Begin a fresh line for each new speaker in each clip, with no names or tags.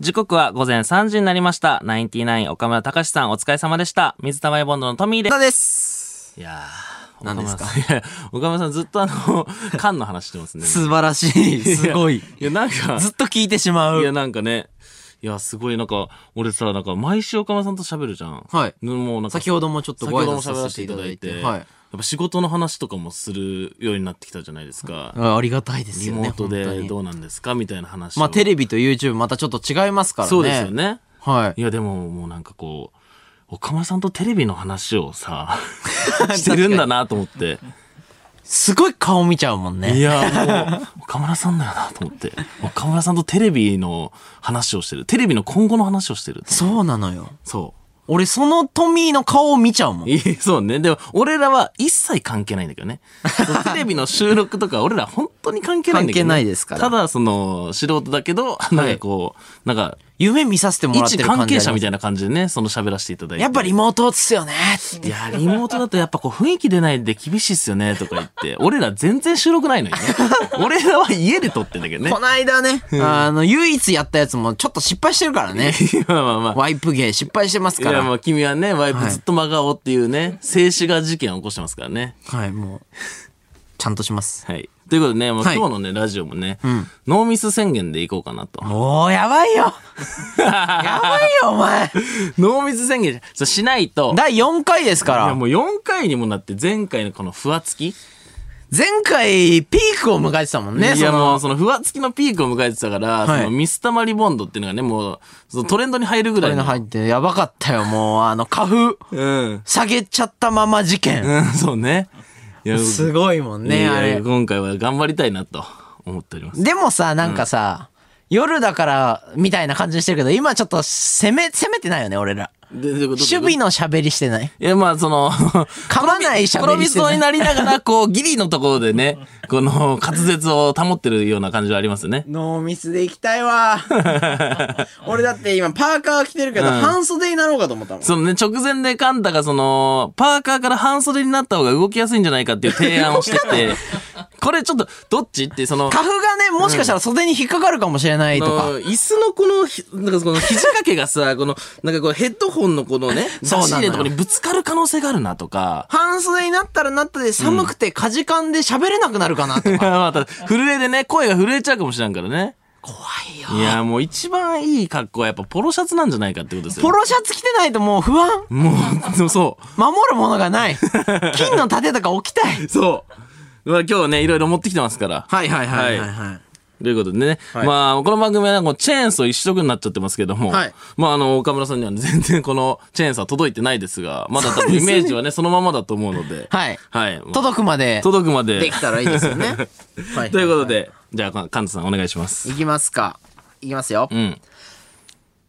時刻は午前3時になりました。ナインティナイン岡村隆史さんお疲れ様でした。水溜りボンドのトミーで
田です
す。いやー。
何ですか
岡村さんいや岡村さんずっとあの、 缶の話してますね。
素晴らしい。すごい。
いや、なんか、
ずっと聞いてしま
いや、
う。
なんかね、いや、すごい、なんか、俺さ、なんか、毎週岡村さんと喋るじゃん。
はい。
でもうなんか、
先ほどもちょっと
先
ご
ほ
挨
ども
拶
喋
さ
ら
せ
せ
て
て
い
い
た
た
だ
だ
い
い
て。
て、
はい
や。っぱ仕事の話とかもするようになってきたじゃないですか。
あありがたいです
リ
よ
モ
ね。
ート
本当
で
に
どうなんですかみたいな話を。
まあテレビと YouTube またちょっと違いますからね。
そうですよ。ね。
はい
い。や、でも、もうなんかこう、岡村さんとテレビの話を さ、し
確か
て
に
るんだなと思って。
すごい顔見ちゃうもん
い
ね。
や、もう、岡村さんだよなと思って。岡村さんとテレビの話をしてる。テレビの今後の話をしてる。
そうなのよ。
そ
俺そのトミーの顔を見ちゃうも
う。
ん。
いえそうね。でも、俺らは一切関係ないんだけど ね。そのテレビの収録とか、俺ら本当に関係ないんだけど、ね。
関係ないですから
ただ、その、素人だけど、なんかこう、なんか、
夢見させてもらって
一
る感
関
じ
係
あります。
者みたいな感じでね、その喋らせていただいて。
やっぱリモートっすよね。
いや、リモートだとやっぱこう雰囲気出ないで厳しいっすよねとか言って、俺ら全然収録ないのにね。俺らは家で撮ってんだけどね
こ。ないだね、あの、唯一やったやつもちょっと失敗してるからね。
まあまあまあ。
ワイプ芸失敗してます
い
か
や
ら。
まあ君はね、ワイプ
はい
ずっと真顔っていうね、静止画事件を起こしてますからね。
はい、もう、ちゃんとします。
はい。ということでね、もう
はい
今日のね、ラジオもね、ノーミス宣言でいこうかなと。
もう、やばいよやばいよ、お前
ノーミス宣言そうしないと、
第4回ですか
いや
ら。
もう4回にもなって前回のこのふわつき。
前回、ピークを迎えてたもんね、
い
そ
やも
の
う、そのふわつきのピークを迎えてたから、
はい
そのミスタマリボンドっていうのがね、もう、そのトレンドに入るぐ
こ
ら
れ
い
の
の。
入って、やばかったよ、もう、あの、花粉、
うん。
下げちゃったまま事件。
うん、そうね。いや、
すごいもん
い
ね、
や
あれ。
今回は頑張りたいなと思っております。
でもさ、なんかさ、夜だから、みたいな感じにしてるけど、今ちょっと攻め、攻めてないよね、俺ら。
で、どういうこと
守備の喋りしてない。
いや、まあ、その、
噛まない喋
黒
り
み
して
そ
な
に
い。
なりながら、こう、ギリのところでね、 この、滑舌を保ってるような感じはありますね。
ノーミスで行きたいわ。 俺だって今パーカー着てるけど、半袖になろうかと思ったもん。
そのね、直前でカンタがその、パーカーから半袖になった方が動きやすいんじゃないかっていう提案をしてき て、これちょっと、どっちって、その、
カフがね、もしかしたら袖に引っかかるかもしれないと
あ
か。
の椅子のこのひ、なんかこの肘掛けがさ、この、なんかこうヘッドホンのこのね、出し
そうなのよ
入れのところにぶつかる可能性があるなとか、
半袖になったらなったで寒くてかじかんで喋れなくなるかなとか。
いや また、震えでね、声が震えちゃうかもしれんからね。
怖い
い
よ。
や、もう一番いい格好はやっぱポロシャツなんじゃないかってことですよ。
ポロシャツ着てないともう不安。
もう、そう、
守るものが ない。金の盾とか置きたい。
そう。まあ今日ね、いろいろ持ってきてますから。
はいはいはいはい
は
はい。
ということでね、
はい
まあ、この番組はね、こうチェーンソー一色になっちゃってますけども、
はい
まあ、あの、岡村さんにはね全然このチェーンソーは届いてないです が、まだ多分イメージはね、そのままだと思うので、
はい
はい。
届くまで
届くまで。
できたらいいです よね。は
ということ。で、じゃあ、カンタさんお願いします。
いきますか。いきますよ。
うん。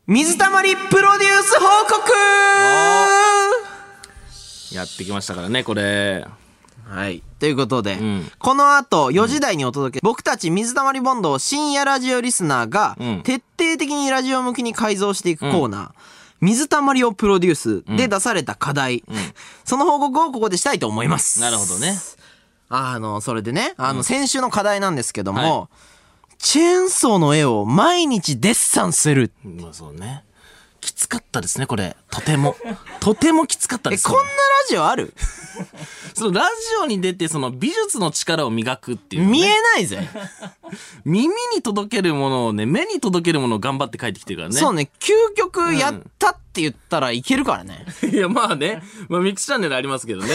水たまりプロデュース報告
やってきましたからね、これ。
はい。ということで、
ん
この後4時台にお届け、僕たち水溜りボンドを深夜ラジオリスナーが、
うん
徹底的にラジオ向きに改造していくコーナー、水溜りをプロデュースで出された課題、その報告をここでしたいと思います。
なるほどね。
あの、それでね、あの、先週の課題なんですけども、
は
チェーンソーの絵を毎日デッサンする。
まあそうね。きつかったですね、これ。とても。とてもきつかったで
え、
す、
こ
ね
ん。なラジオある
そのラジオに出て、その美術の力を磨くって いう、ね。
見えないぜ。
耳に届けるものをね、目に届けるものを頑張って書いてきてるからね。
そうね、究極やったって言ったらいけるからね。
いや、まあね。まあミックスチャンネルありますけどね。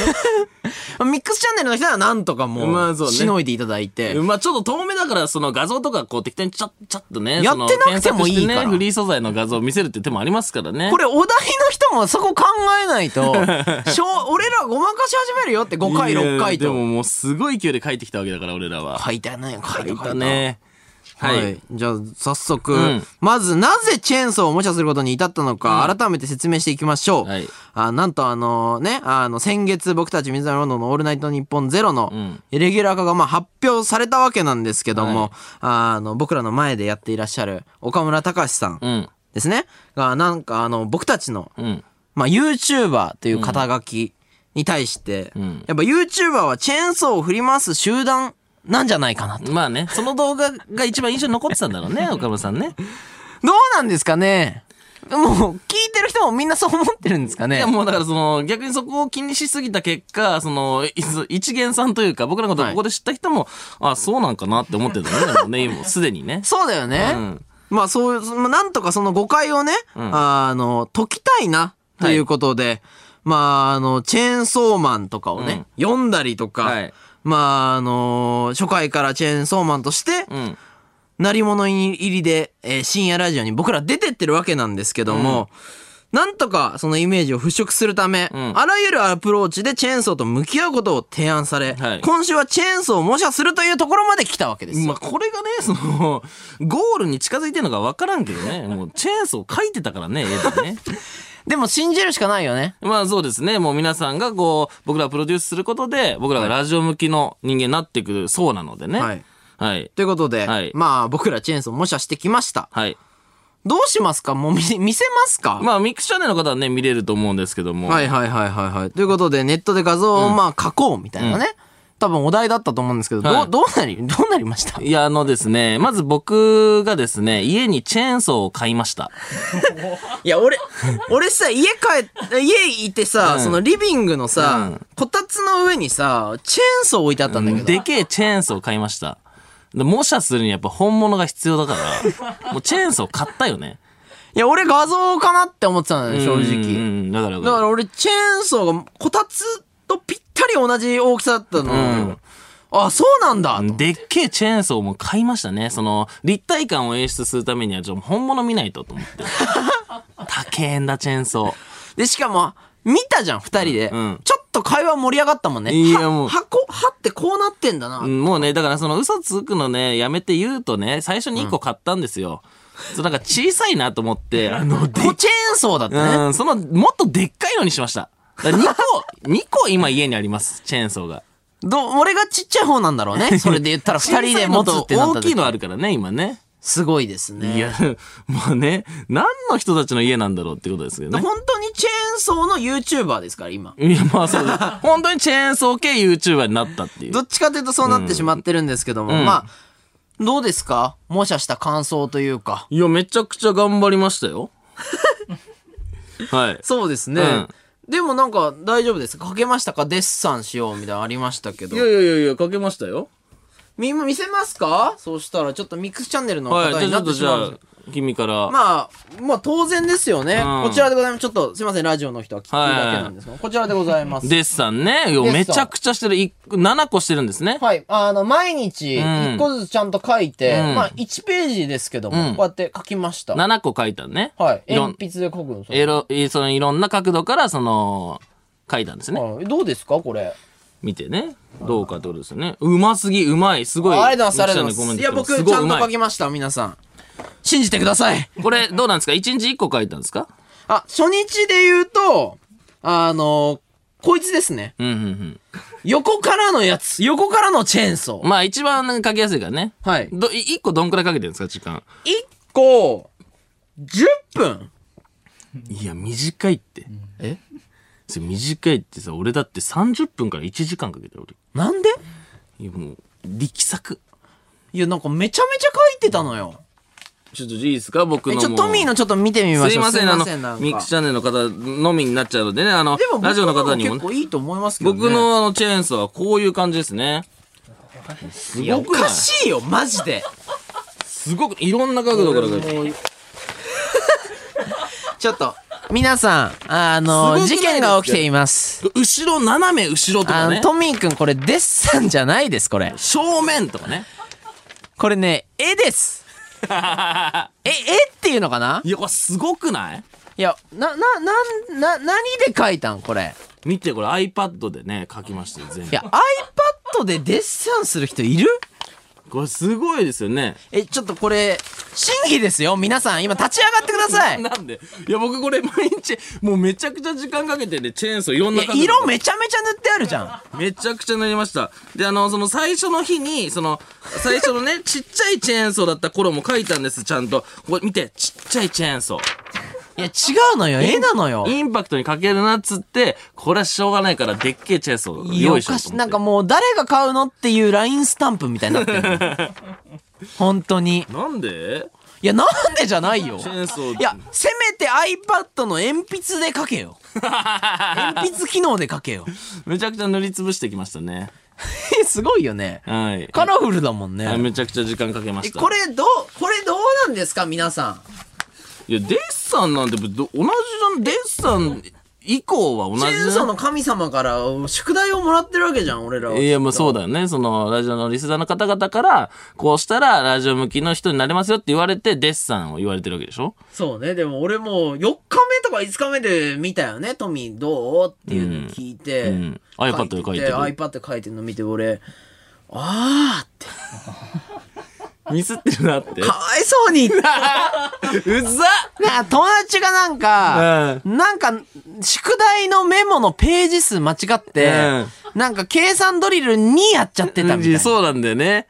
ミックスチャンネルの人はなんとか
ま
も
あそう
う、
ね
しのいでいただいて。
まあちょっと遠目だから、その画像とかこう適当にちゃっちゃっとね。
やってなくてもいいか
そ
ら
の検索してね、フリー素材の画像を見せるって手もありますからね。
これお題の人もそこ考えな いと、しょう俺らごまかし始めるよって5回、
いや
6回
でも
と。
もうすごい勢いで書いてきたわけだから、俺らは。
書いたね、書いた。書いた。
ね。
は、
はいい。
じゃあ早速、
ん
まずなぜチェーンソーをおもちゃすることに至ったのか、改めて説明していきましょう、
はい
あなんとあのねあの先月僕たち水溜りボンドの「オールナイトニッポンゼロの
ん
レギュラー化がまあ発表されたわけなんですけども、
はい
あの僕らの前でやっていらっしゃる岡村隆史さん
うん。
ですね、がなんかあの僕たちの、
うん。
まあ、YouTuber という肩書きに対して、
ん
やっぱ YouTuber はチェーンソーを振り回す集団なんじゃないかな と。
まあね、その動画が一番印象に残ってたんだろうね、岡村さんね。
どうなんですかねもう、聞いてる人もみんなそう思ってるんですか
い
ね
やもうだからその逆にそこを気にしすぎた結果そのいつ一元さんというか僕らのことを
はい
ここで知った人も、あそうなんかなって思ってるんだ ねでもね今すでにね。
そうだよね。
うん
まあそういうそ、まあなんとかその誤解をね、あの、解きたいな、ということで、まああの、チェーンソーマンとかをね、読んだりとか、
はい
まああの、初回からチェーンソーマンとして、
うん
鳴り物入りで、えー深夜ラジオに僕ら出てってるわけなんですけども、なんとかそのイメージを払拭するため、
ん
あらゆるアプローチでチェーンソーと向き合うことを提案され、
はい
今週はチェーンソーを模写するというところまで来たわけですよ。
まあこれがねそのゴールに近づいてるのか分からんけどねもうチェーンソー書いてた からね絵でね。
でも信じるしかないよね。
まあそうですね。もう皆さんがこう、僕らをプロデュースすることで、僕らがラジオ向きの人間になってくるそうなのでね。
は
はいい。はい。
ということで、
はい
まあ僕らチェーンソー模写してきました。どうしますかもう見せ見せますか、
まあミックスチャンネルの方はね、見れると思うんですけども。
はいはいはいはいはい。ということでネットで画像をまあ書こうみたいなね。多分お題だったと思うんですけど、
はい
どうどうなり、 どうなりました
いや、あのですね、まず僕がですね、家にチェーンソーを買いました。
いや、俺、俺さ、家帰っ、家いてさ、
うん
そのリビングのさ、
うん
こたつの上にさ、チェーンソー置いてあったんだけど。
でけえチェーンソーを買いました。で模写するにやっぱ本物が必要だから、もうチェーンソー買ったよね。
いや、俺画像かなって思ってたのよ、正
うん
直。
うんだから、
だから俺、チェーンソーがこたつとぴったり同じ大きさだったの。
ん
あ、そうなんだ。と
でっけえチェーンソーも買いましたね。その、立体感を演出するためには、ちょっと本物見ないとと思って。高えんだ、チェーンソ
で、しかも、見たじゃん、二人で、
うん
ちょっと会話盛り上がったもんね。
いやもう
は箱、はってこうなってんだな。
ー。うんもうね、だからその嘘つくのね、やめて言うとね、最初に1個買ったんですよ。そうなんか小さいなと思って、あの、で
こうチェーンソーだったね。
うん、その、もっとでっかいのにしました。だ2個、2個今家にあります、チェーンソーが。
ど、俺がちっちゃい方なんだろう ね。それで言ったら二人で持つってなっ
大
た
きい
時。
のあるからね、今ね。
すごいですね。
いや、 もうね、何の人たちの家なんだろうってことですけどね。
本当にチェーンソーの YouTuber ですから、今。
いや、まあそうです。本当にチェーンソー系 YouTuber になったっていう。
どっちかというとそうなってしまってるんですけども、
うん
まあ、どうですか模写した感想というか。
いや、めちゃくちゃ頑張りました よ。はい。
そうですね。
うん
でもなんか大丈夫ですか書けましたかデッサンしようみたいなのありましたけど
い。やいやいやいや、かけましたよ。
み、見せますかそうしたらちょっとミックスチャンネルの
はい。じゃ
方
あ
に
ちょ
な
っ
って
と
し
じ
ま
ゃ
うんです
あ、君から。
まあ、まあ当然ですよね。
うん
こちらでございます。ちょっとすいません、ラジオの人は聞くだけなんですが、こちらでございます。
デッサンね。いや
デッサン
めちゃくちゃしてる。い7個してるんですね。
はい。あの、毎日、
うん
一個ずつちゃんと書いて、
うん
まあ、1ページですけども、
うん
こうやって書きました。
7個書いたのね。
はい。
いろん
鉛、筆で書くのさ。
えろ、えそのいろんな角度から、その、書いたんですね。
はいどうですかこれ。
見てね。どうかってことですよね。うますぎ、うまい。すごい。
あありがとうございます。ありがとうございます。いや、
ミキ
僕、
さ
ち
のコメント来てますすごいうま
ゃんと
い
書きました、皆さん。信じてください。
これ、どうなんですか ?1 日1個書いたんですか
あ、初日で言うと、あの、こいつですね。
うんうん
横からのやつ。横からのチェーンソ
うん。まあ、一番書きやすいからね。
ー。はい。
ど、い一個どんくらいかけてるんですか時間。
1個、10分。
いや、短いって。
え
それ短いってさ、俺だって30分から1時間かけてる、俺。
なんで
いや、もう、力作。
いや、なんかめちゃめちゃ書いてたのよ。
ちょっといいですか僕
え、
の。
ちょ、トミーの。ちょっと見てみましょう。
すいません、あの
なん、か
ミックスチャンネルの方のみになっちゃうのでね、あの
でも、、
ラジオの方にも
結
ね。
構いいと思いますけどね。
僕のあの、チェーンソーはこういう感じですね。す
いや、
ご
お
くな
か
い
しいよ、マジで。
すごく、いろんな角度から書いてる。
ちょっと、皆さん、あ
す
の、
ごくない
事件が起きています。
後ろ、斜め後ろとか
あの、
ね。
トミーくん、これデッサンじゃないです、これ。
正面とかね。
これね、絵 です。え、絵っていうのかない
や、これすごくない
いや、な、な、なん、な、何で描いたんこれ。
見て、これ iPad でね、書きましたよ、全
い
部。
や、iPad でデッサンする人いる
これすごいですよね。
え、ちょっとこれ、審議ですよ、皆さん。今、立ち上がってください。
なんでいや、僕これ毎日、もうめちゃくちゃ時間かけてね、チェーンソーいろん
い
な
や
角度
色めちゃめちゃ塗ってあるじゃん。
めちゃくちゃなりました。で、あの、その最初の日に、その、最初の ね、ちっちゃいチェーンソーだった頃も書いたんです、ちゃんと。これ見て、ちっちゃいチェーンソー。
いや、違うのよ。絵なのよ。
インパクトに欠けるなっつって、これはしょうがないから、でっけえチェーンソーを
いや、
用
お
意しよ
か
うと
し
思って。
い。なんかもう、誰 が買うのっていうラインスタンプみたいになってるの。本当に。
なんで
いや、なんでじゃな いよ。
チェーンソー
いや、せめて iPad の鉛筆で書 けよ。鉛筆機能で書けよ。
めちゃくちゃ塗りつぶしてきましたね。
えすごいよね。
はい。
カラフルだもん
はい
ね。
めちゃくちゃ時間かけま
え
した。
これどう、これどうなんですか、皆さ
いや、デッサンなんてど同じじゃん。デッサン以降は同
ん。
じ
チ
じ
ェ
ゃん
ーンソーの神様から宿題をもらってるわけじゃん、俺らは。
いや、まあそうだよね。その、ラジオのリスナーの方々から、こうしたら、ラジオ向きの人になれますよって言われて、デッサンを言われてるわけでしょ
そうね、でも俺も4日目とか5日目で見たよね、トミーどうっていうのを聞いて。
うんうん
書
iPad で書いてる
iPad で書いてるの見て俺、あーって、
ミスってるなって。
かわいそ うに。
うざ
なんか友達がなんか、なんか、宿題のメモのページ数間違って、なんか計算ドリル2やっちゃってたみたいな。
そうなんだよね。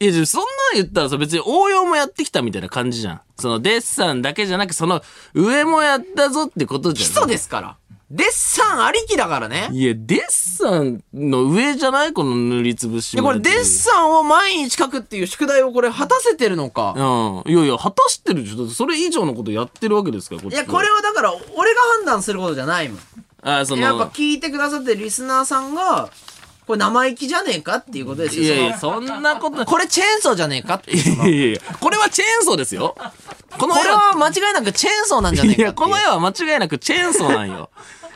いや、でもそんなん言ったらさ、別に応用もやってきたみたいな感じじゃん。その、デッサンだけじゃなく、その、上もやったぞってことじ
基
ゃん。
礎ですから。デッサンありきだからね。
いや、デッサンの上じゃないこの塗りつぶし
で、
も
こ
やっ
れ
てる。
デッサンを毎日書くっていう宿題をこれ果たせてるのか。
うん。いやいや、果たしてるでしょ。だってそれ以上のことやってるわけですから、こっ
い
ちは
や、これはだから、俺が判断することじゃないもん。
あーその、
やっぱ聞いてくださってるリスナーさんが、これ生意気じゃねえかっていうことですよ。
いやいや、
そ
そんなこと
のこれチェーンソーじゃねえかっていう。
いやいやいや、これはチェーンソーですよ。この
こ
絵
れ
は、
は間違いなくチェーンソーなんじゃねえ
い
かっていう。
や、この絵は間違いなくチェーンソーなんよ。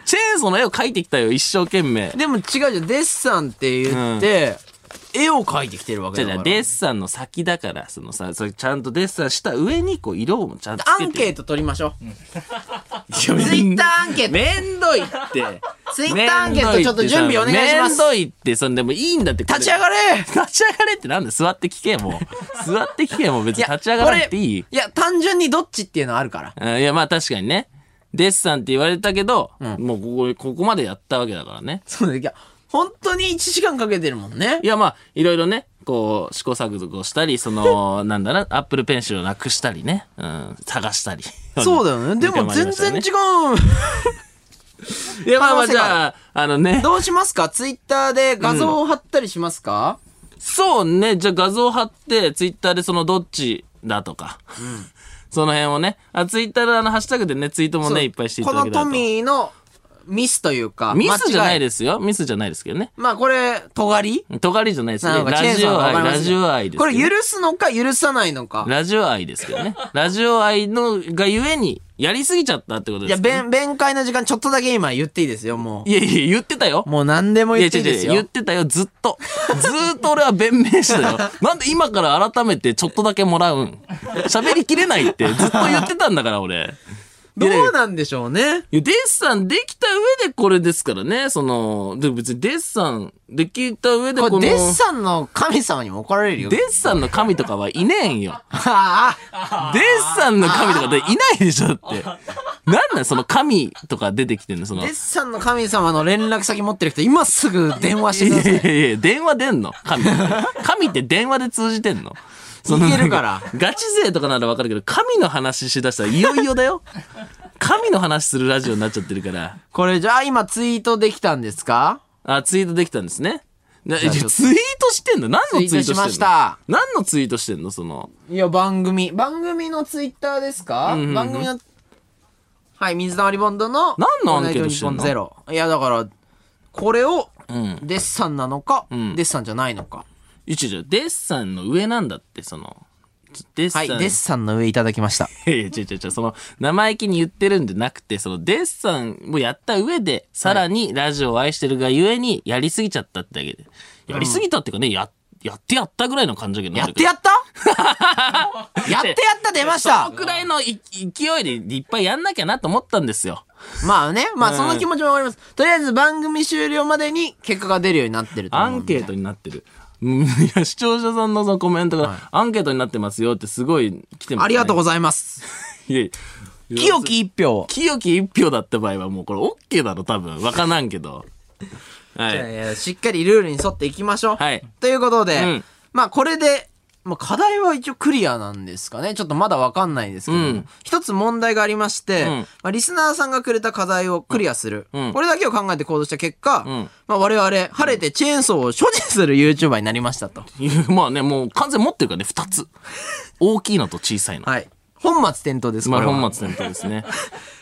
チェーンソーの絵を描いてきたよ、一生懸命。
でも違うじゃん。デッサンって言って、絵を描いてきてるわ
じ
け
ゃじ
だか
ゃ
ら。
デッサンの先だから、そのさ、それちゃんとデッサンした上に、こう、色をちゃんとつ
ア
けて。
ンケート取りましょう。
ツ
ツイッターアンケート。
めんどいって。
ツイッターアンケートちょっと準備お願いしま
めん
す
どいって、そんでもいいんだって。
立ち上
れ
がれ
立ち上がれってなんで座って聞けもう。座って聞けもう別に立ち上がらなくていい
こ。れいや、単純にどっちっていうのはあるから。
うんいや、まあ確かにね。デッサンって言われたけど、もうここ、ここまでやったわけだからね。
そうね。いや、本当に1時間かけてるもんね
い。や、まあ、いろいろね、こう、試行錯誤したり、そ の、なんだな、アップルペンシルをなくしたりね、うん、探したり。
そうだ よね。でも全然違
う。
う。
いや、まあまあ、
可能性
じ
が
ゃあ、あのね、
どうしますかツイッターで画像を貼ったりしますか、
そうね、じゃあ画像貼って、ツイッターでその、どっちだとか、 その辺をね、あ、ツイッターであの、ハッシュタグでね、ツイートも
そう
ね、いっぱいしていた
こ
だ
の
けたら
ト
と。
ミーのミスというか。
ミスじゃない
で
ですよ。ミスじゃないですけどね。
す。まあこれ、尖り
尖りじゃないです
な
ね。
のか、チェー
ラ
ン
ジ
ソー
オ
なの
愛、
かわかりま
ラ
せん
ジオ愛です
こ
けど
れ
ね、
許すのか許さないのか。
ラジオ愛ですけど ね。ラジオ愛のがゆえに、やりすぎちゃったってこと
い
で
や、
す、ね。
弁、弁解の時間ちょっとだけ今言っていいですよ、も
いやいや、言ってたよ
う。。もう何でも
いや、
言っ
違う
ていいで
違
す
う、言っ
よ。
てたよ、ずっと。ずーっと俺は弁明して たよ。なんで今から改めてちょっとだけもらうん喋りきれないって、ずっと言ってたんだから、俺。
どうなんでしょうね。
いや、デッサンできた上でこれですからね、その、で別にデッサンできた上でこ
こ
の、
れデッサンの神様にも怒られるよ
デ。ッサンの神とかはいねえんよ。
ああ
デッサンの神とかでいないでしょだっ て。なんなんその神とか出てきてんのその。
デ
い
ッサンの神様の連絡先持ってる人、今すぐ電話してく
や
だ
い
さい。
やいや、電話出んの神って。神って電話で通じてんのその
いけるから。
ガチ勢とかならわかるけど、神の話しだしたらいよいよだよ。神の話するラジオになっちゃってるから。
これじゃあ今ツイートできたんですか
あ、ツイートできたんですね。な
じゃあちょっと
ツイートしてんの何のツイートしてんの
ツイートしました
何のツイートしてんのその。
いや、番組。番組のツイッターですか、
んうんうん
番組の、はい、水溜りボンドの、
何のアンケートしてんの
オールナイトニッポンゼロいや、だから、これを、
うん。
デッサンなのか、
ん
デッサンじゃないのか。
一応、デッサンの上なんだって、その。デッサ
は
ン。
い、デッサンの上いただきました。
いやいや、違う違う違う、その、生意気に言ってるんじゃなくて、その、デッサンをやった上で、さらにラジオを愛してるがゆえに、やりすぎちゃったってだけで。やりすぎたっていうかね、や、やってやったぐらいの感じだけど
やってやったやってやった出ました
そのくらいのい勢いでいっぱいやんなきゃなと思ったんですよ。
まあね、まあ
うん
その気持ちもわかります。とりあえず番組終了までに結果が出るようになってると
ア
思う
ン
んで。
ケートになってる。うんいや、視聴者さんのそのコメントが、アンケートになってますよってすごい来てます、ね。
ありがとう
う。
ございます。
いやいや
清き一票。
清き一票だった場合はもうこれ OK だろ、多分。わからんけど。はい
やいや、しっかりルールに沿っていきましょう。
はい
ということで、
うん
まあこれで、まあ、課題は一応クリアなんですかね。ちょっとまだわかんないですけど、
うん
一つ問題がありまして、
うん
まあ、リスナーさんがくれた課題をクリアする。
うん
これだけを考えて行動した結果、
うん
まあ、我々、晴れてチェーンソーを所持する YouTuber になりましたと。
まあね、もう完全に持ってるからね、二つ。大きいのと小さいの。
はい。本末転倒です、
ま
こ
あ
れは。
本末転倒ですね。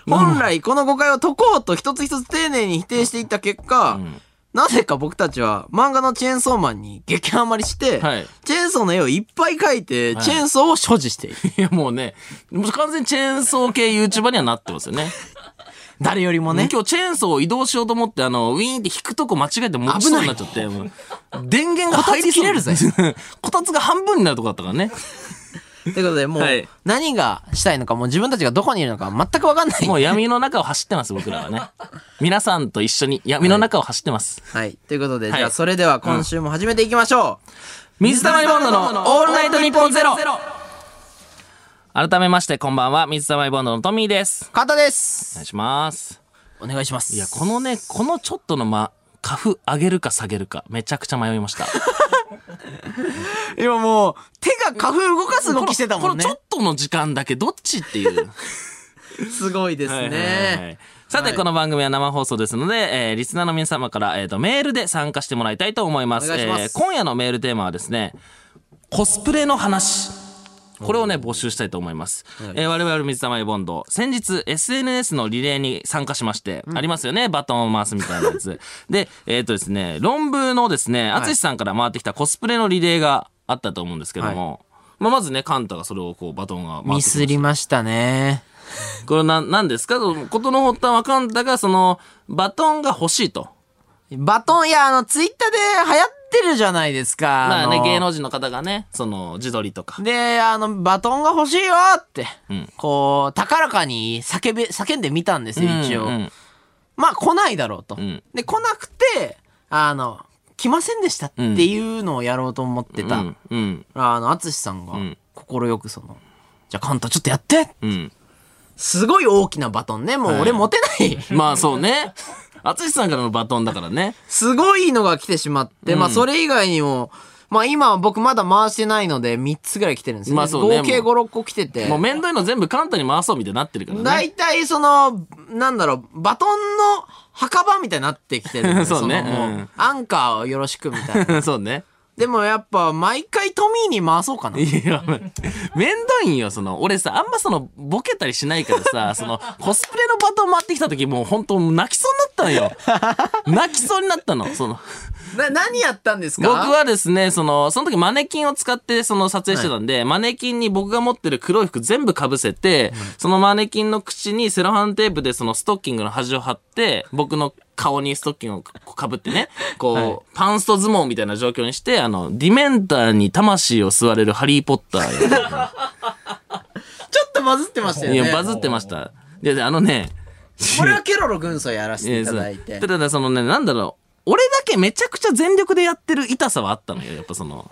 本来、この誤解を解こうと一つ一つ丁寧に否定していった結果、
ん
なぜか僕たちは漫画のチェーンソーマンに激ハマりして、
はい
チェーンソーの絵をいっぱい描いて、チェーンソーを所持している。
いやもうね、もう完全にチェーンソー系 YouTuber にはなってますよね。
誰よりもね。
今日チェーンソーを移動しようと思って、あの、ウィーンって引くとこ間違えて持ちそうになっちゃって、もう電源が入りそう。
こたつ切
こたつが半分になるとこだったからね。
ということで、もう
はい、
何がしたいのか、もう自分たちがどこにいるのか全くわかんない。
もう闇の中を走ってます、僕らは ね。皆さんと一緒に闇の中を走ってます。
はい。ということで、
はい
じゃあ、それでは今週も始めていきましょう。
水溜りボンドのオールナイトニッポンゼロ改めまして、こんばんは。水溜りボンドのトミーです。
カタで
お
す。
願いします。
お願いします。
いや、このね、このちょっとの間、カフ上げるか下げるか、めちゃくちゃ迷い ました。
今もう、手が花粉動かす動きしてたもんね
この。ちょっとの時間だけどっちっていう。
すごいですね。
はいはいはいさて、
はい
この番組は生放送ですので、えーリスナーの皆様から、えー、とメールで参加してもらいたいと思います
お願いします
えー今夜のメールテーマはですねコスプレの話これをね募集したいと思います、えー我々水溜りボンド先日 SNS のリレーに参加しまして、ありますよねバトンを回すみたいなや つでえっ、とですね論文のですね
い
淳さんから回ってきたコスプレのリレーがあったと思うんですけども、まあ、まずね、カンタがそれをこう、バトンが回
ミ
ってき
スりましたね。
これな、なんですかそのことの発端はカンタが、その、バトンが欲しいと。
バトン、いや、あの、ツイッターで流行ってるじゃないですか。
まあね、
の
芸能人の方がね、その、自撮りとか。
で、あの、バトンが欲しいよって、
ん
こう、高らかに叫べ、叫んでみたんですよ、一
う
応。
んうん
まあ、来ないだろうと。
ん
で、来なくて、あの、来ませんでしたっていうのをやろうと思ってた、
うん、うん、
あの、淳さんが
ん、
心よくその、じゃあ、カンタちょっとやって
うん。
すごい大きなバトンね。もう俺持てない。
まあそう ね。淳さんからのバトンだからね。
すごいのが来てしまって、まあそれ以外にも、まあ今は僕まだ回してないので3つぐらい来てるんですよ、ね。
まあそうね
合計5、
も
6個来てて。
もう面倒いの全部カンタに回そうみたいになってるからね。
大体その、なんだろう、バトンの墓場みたいになってきてるん で
そうね
のも
うん
アンカーをよろしくみたい な。
そうね。
でもやっぱ毎回トミーに回そうかな。
いや、面倒いんよ、その。俺さ、あんまその、ボケたりしないからさ、その、コスプレのバトン回ってきた時、もう本当泣きそうになったのよ。泣きそうになったの、その。
な、何やったんですか
僕はですね、その、その時マネキンを使ってその撮影してたんで、マネキンに僕が持ってる黒い服全部被せて、そのマネキンの口にセロハンテープでそのストッキングの端を貼って、僕の顔にストッキングをかぶって ね、こう、
はい
パンスト相撲みたいな状況にして、あの、ディメンターに魂を吸われるハリーポッタ ーや
ちょっとバズってましたよね。
いや、バズってました。いやで、あのね、
これはケロロ軍曹やらせて
え
いた
そう
だいて。
ただ、そのね、なんだろう、俺だけめちゃくちゃ全力でやってる痛さはあったのよ、やっぱその。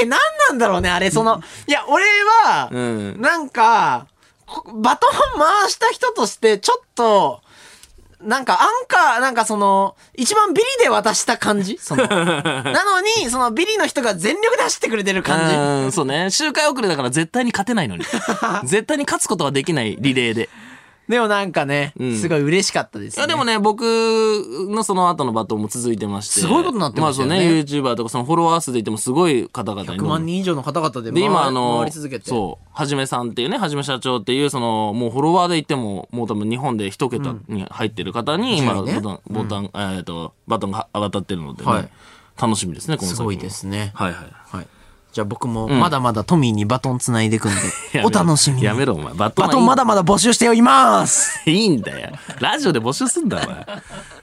え、なんなんだろうね、あれ、その、いや、俺は、
うん
なんか、こバトン回した人として、ちょっと、なんかアンカー、なんかその、一番ビリで渡した感 じその、なのに、そのビリの人が全力で走ってくれてる感
うん、そうね。周回遅れだから絶対に勝てないの に。絶対に勝つことはできないリレーで。
じ。でもなんかね、
ん
すごい嬉しかったです、
あ
ね。
でもね、僕のその後のバトンも続いてまして。
すごいことになってましたよね
あそうね、YouTuber とかそのフォロワー数で言ってもすごい方々に。
100万人以上の方々
で、
で回
今あの
回り続け、て。
そう、はじめさんっていうね、はじめ社長っていう、その、もうフォロワーで言っても、もう多分日本で一桁に入ってる方に、今、
うん
ボタン、ボタン、えーっと、バトンが渡ってるのでね、
はい
楽しみですね、この
す
先
ごいで。すね。
はいはい。
はい。じゃあ僕も、まだまだトミーにバトン繋いでくんで
や、めろ
お楽しみに。
やめろ、お前。バトン
バ
はいい
トンまだまだ募集しております
いいんだよ。ラジオで募集すんだ、お前。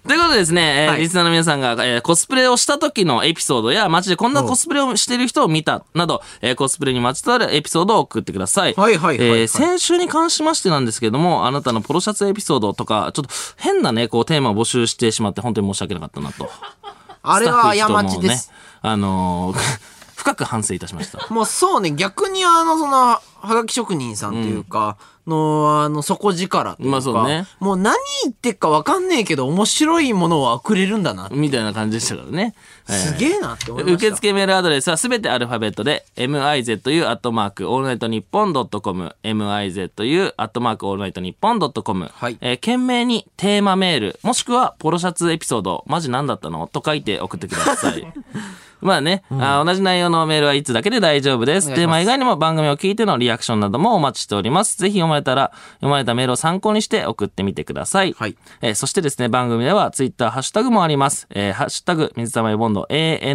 ということでですね、えー
はい
リスナーの皆さんが、えーコスプレをした時のエピソードや、街でこんなコスプレをしてる人を見た、など、えーコスプレにまつわるエピソードを送ってください。
はいはいはいはい
えー先週に関しましてなんですけども、あなたのポロシャツエピソードとか、ちょっと変なね、こうテーマを募集して しまって、本当に申し訳なかったなと。
あれは過ちで
ス
す
タッフ一同もね。あのー 不深く反省いたしました。
もうそうね、逆にあの、その、はがき職人さんというか、の、あの、底力というか、
まあそうね
もう何言ってっかわかんねえけど、面白いものをくれるんだな。
みたいな感じでしたから ね。はい
すげえなって思いました。
受付メールアドレスはすべてアルファベットで、mizu アットマークオールナイトニッポンドットコム、mizu アットマークオールナイトニッポンドットコム。
はい
えー、懸命にテーマメール、もしくはポロシャツエピソード、マジ何だったのと書いて送ってください。 まあね、あー同じ内容のメールはいつだけで大丈夫です。
お願いし
テー
ます
マ以外にも番組を聞いてのリアクションなどもお待ちしております。ぜひ読まれたら、読まれたメールを参考にして送ってみてください。
はい
えーそしてですね、番組ではツイッターハッシュタグもあります。えーハッシュタグ、水溜りボンド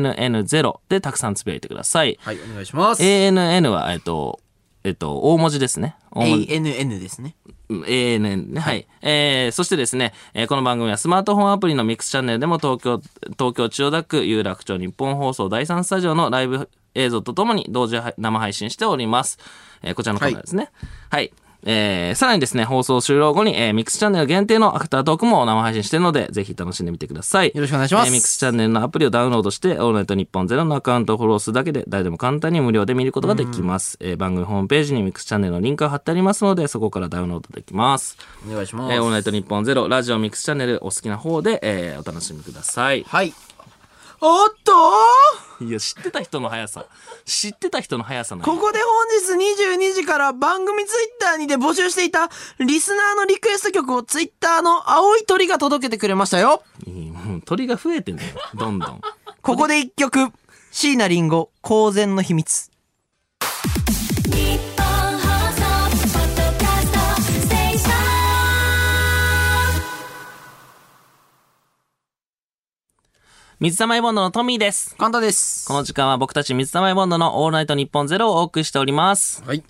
ANN0 でたくさんつぶやいてください。
はい、お願いします。
ANN は、えっ、と、えっ、と、大文字ですね。大文字
ANN ですね。
うん ANN ね。はい。えー、そしてですね、えーこの番組はスマートフォンアプリのミックスチャンネルでも東京、東京千代田区有楽町日本放送第3スタジオのライブ映像とともに同時配生配信しております。えーこちらのコーナーですね。はい。えーさらにですね、放送終了後に、えーミックスチャンネル限定のアフタートークも生配信してるので、ぜひ楽しんでみてください。
よろしくお願いします
えーミックスチャンネルのアプリをダウンロードして、オールナイトニッポンゼロのアカウントをフォローするだけで、誰でも簡単に無料で見ることができます。えー番組ホームページにミックスチャンネルのリンクを貼ってありますので、そこからダウンロードできます。
お願いしま
えーオールナイトニッポンゼロ、ラジオミックスチャンネル、お好きな方で、えーお楽しみください。
はい。おっと
いや、知ってた人の速さ。知ってた人の速さな
こ
の。
こで本日22時から番組ツイッターにて募集していたリスナーのリクエスト曲をツイッターの青い鳥が届けてくれましたよ。
いいもう鳥が増えてんだよ。どんどん。
ここで一曲。椎名林檎、公然の秘密。
日本放送ポッドキャストステーション
水溜りボンドのトミーです。
簡単です。
この時間は僕たち水溜りボンドのオールナイトニッポンゼロをお送りしております。
はい。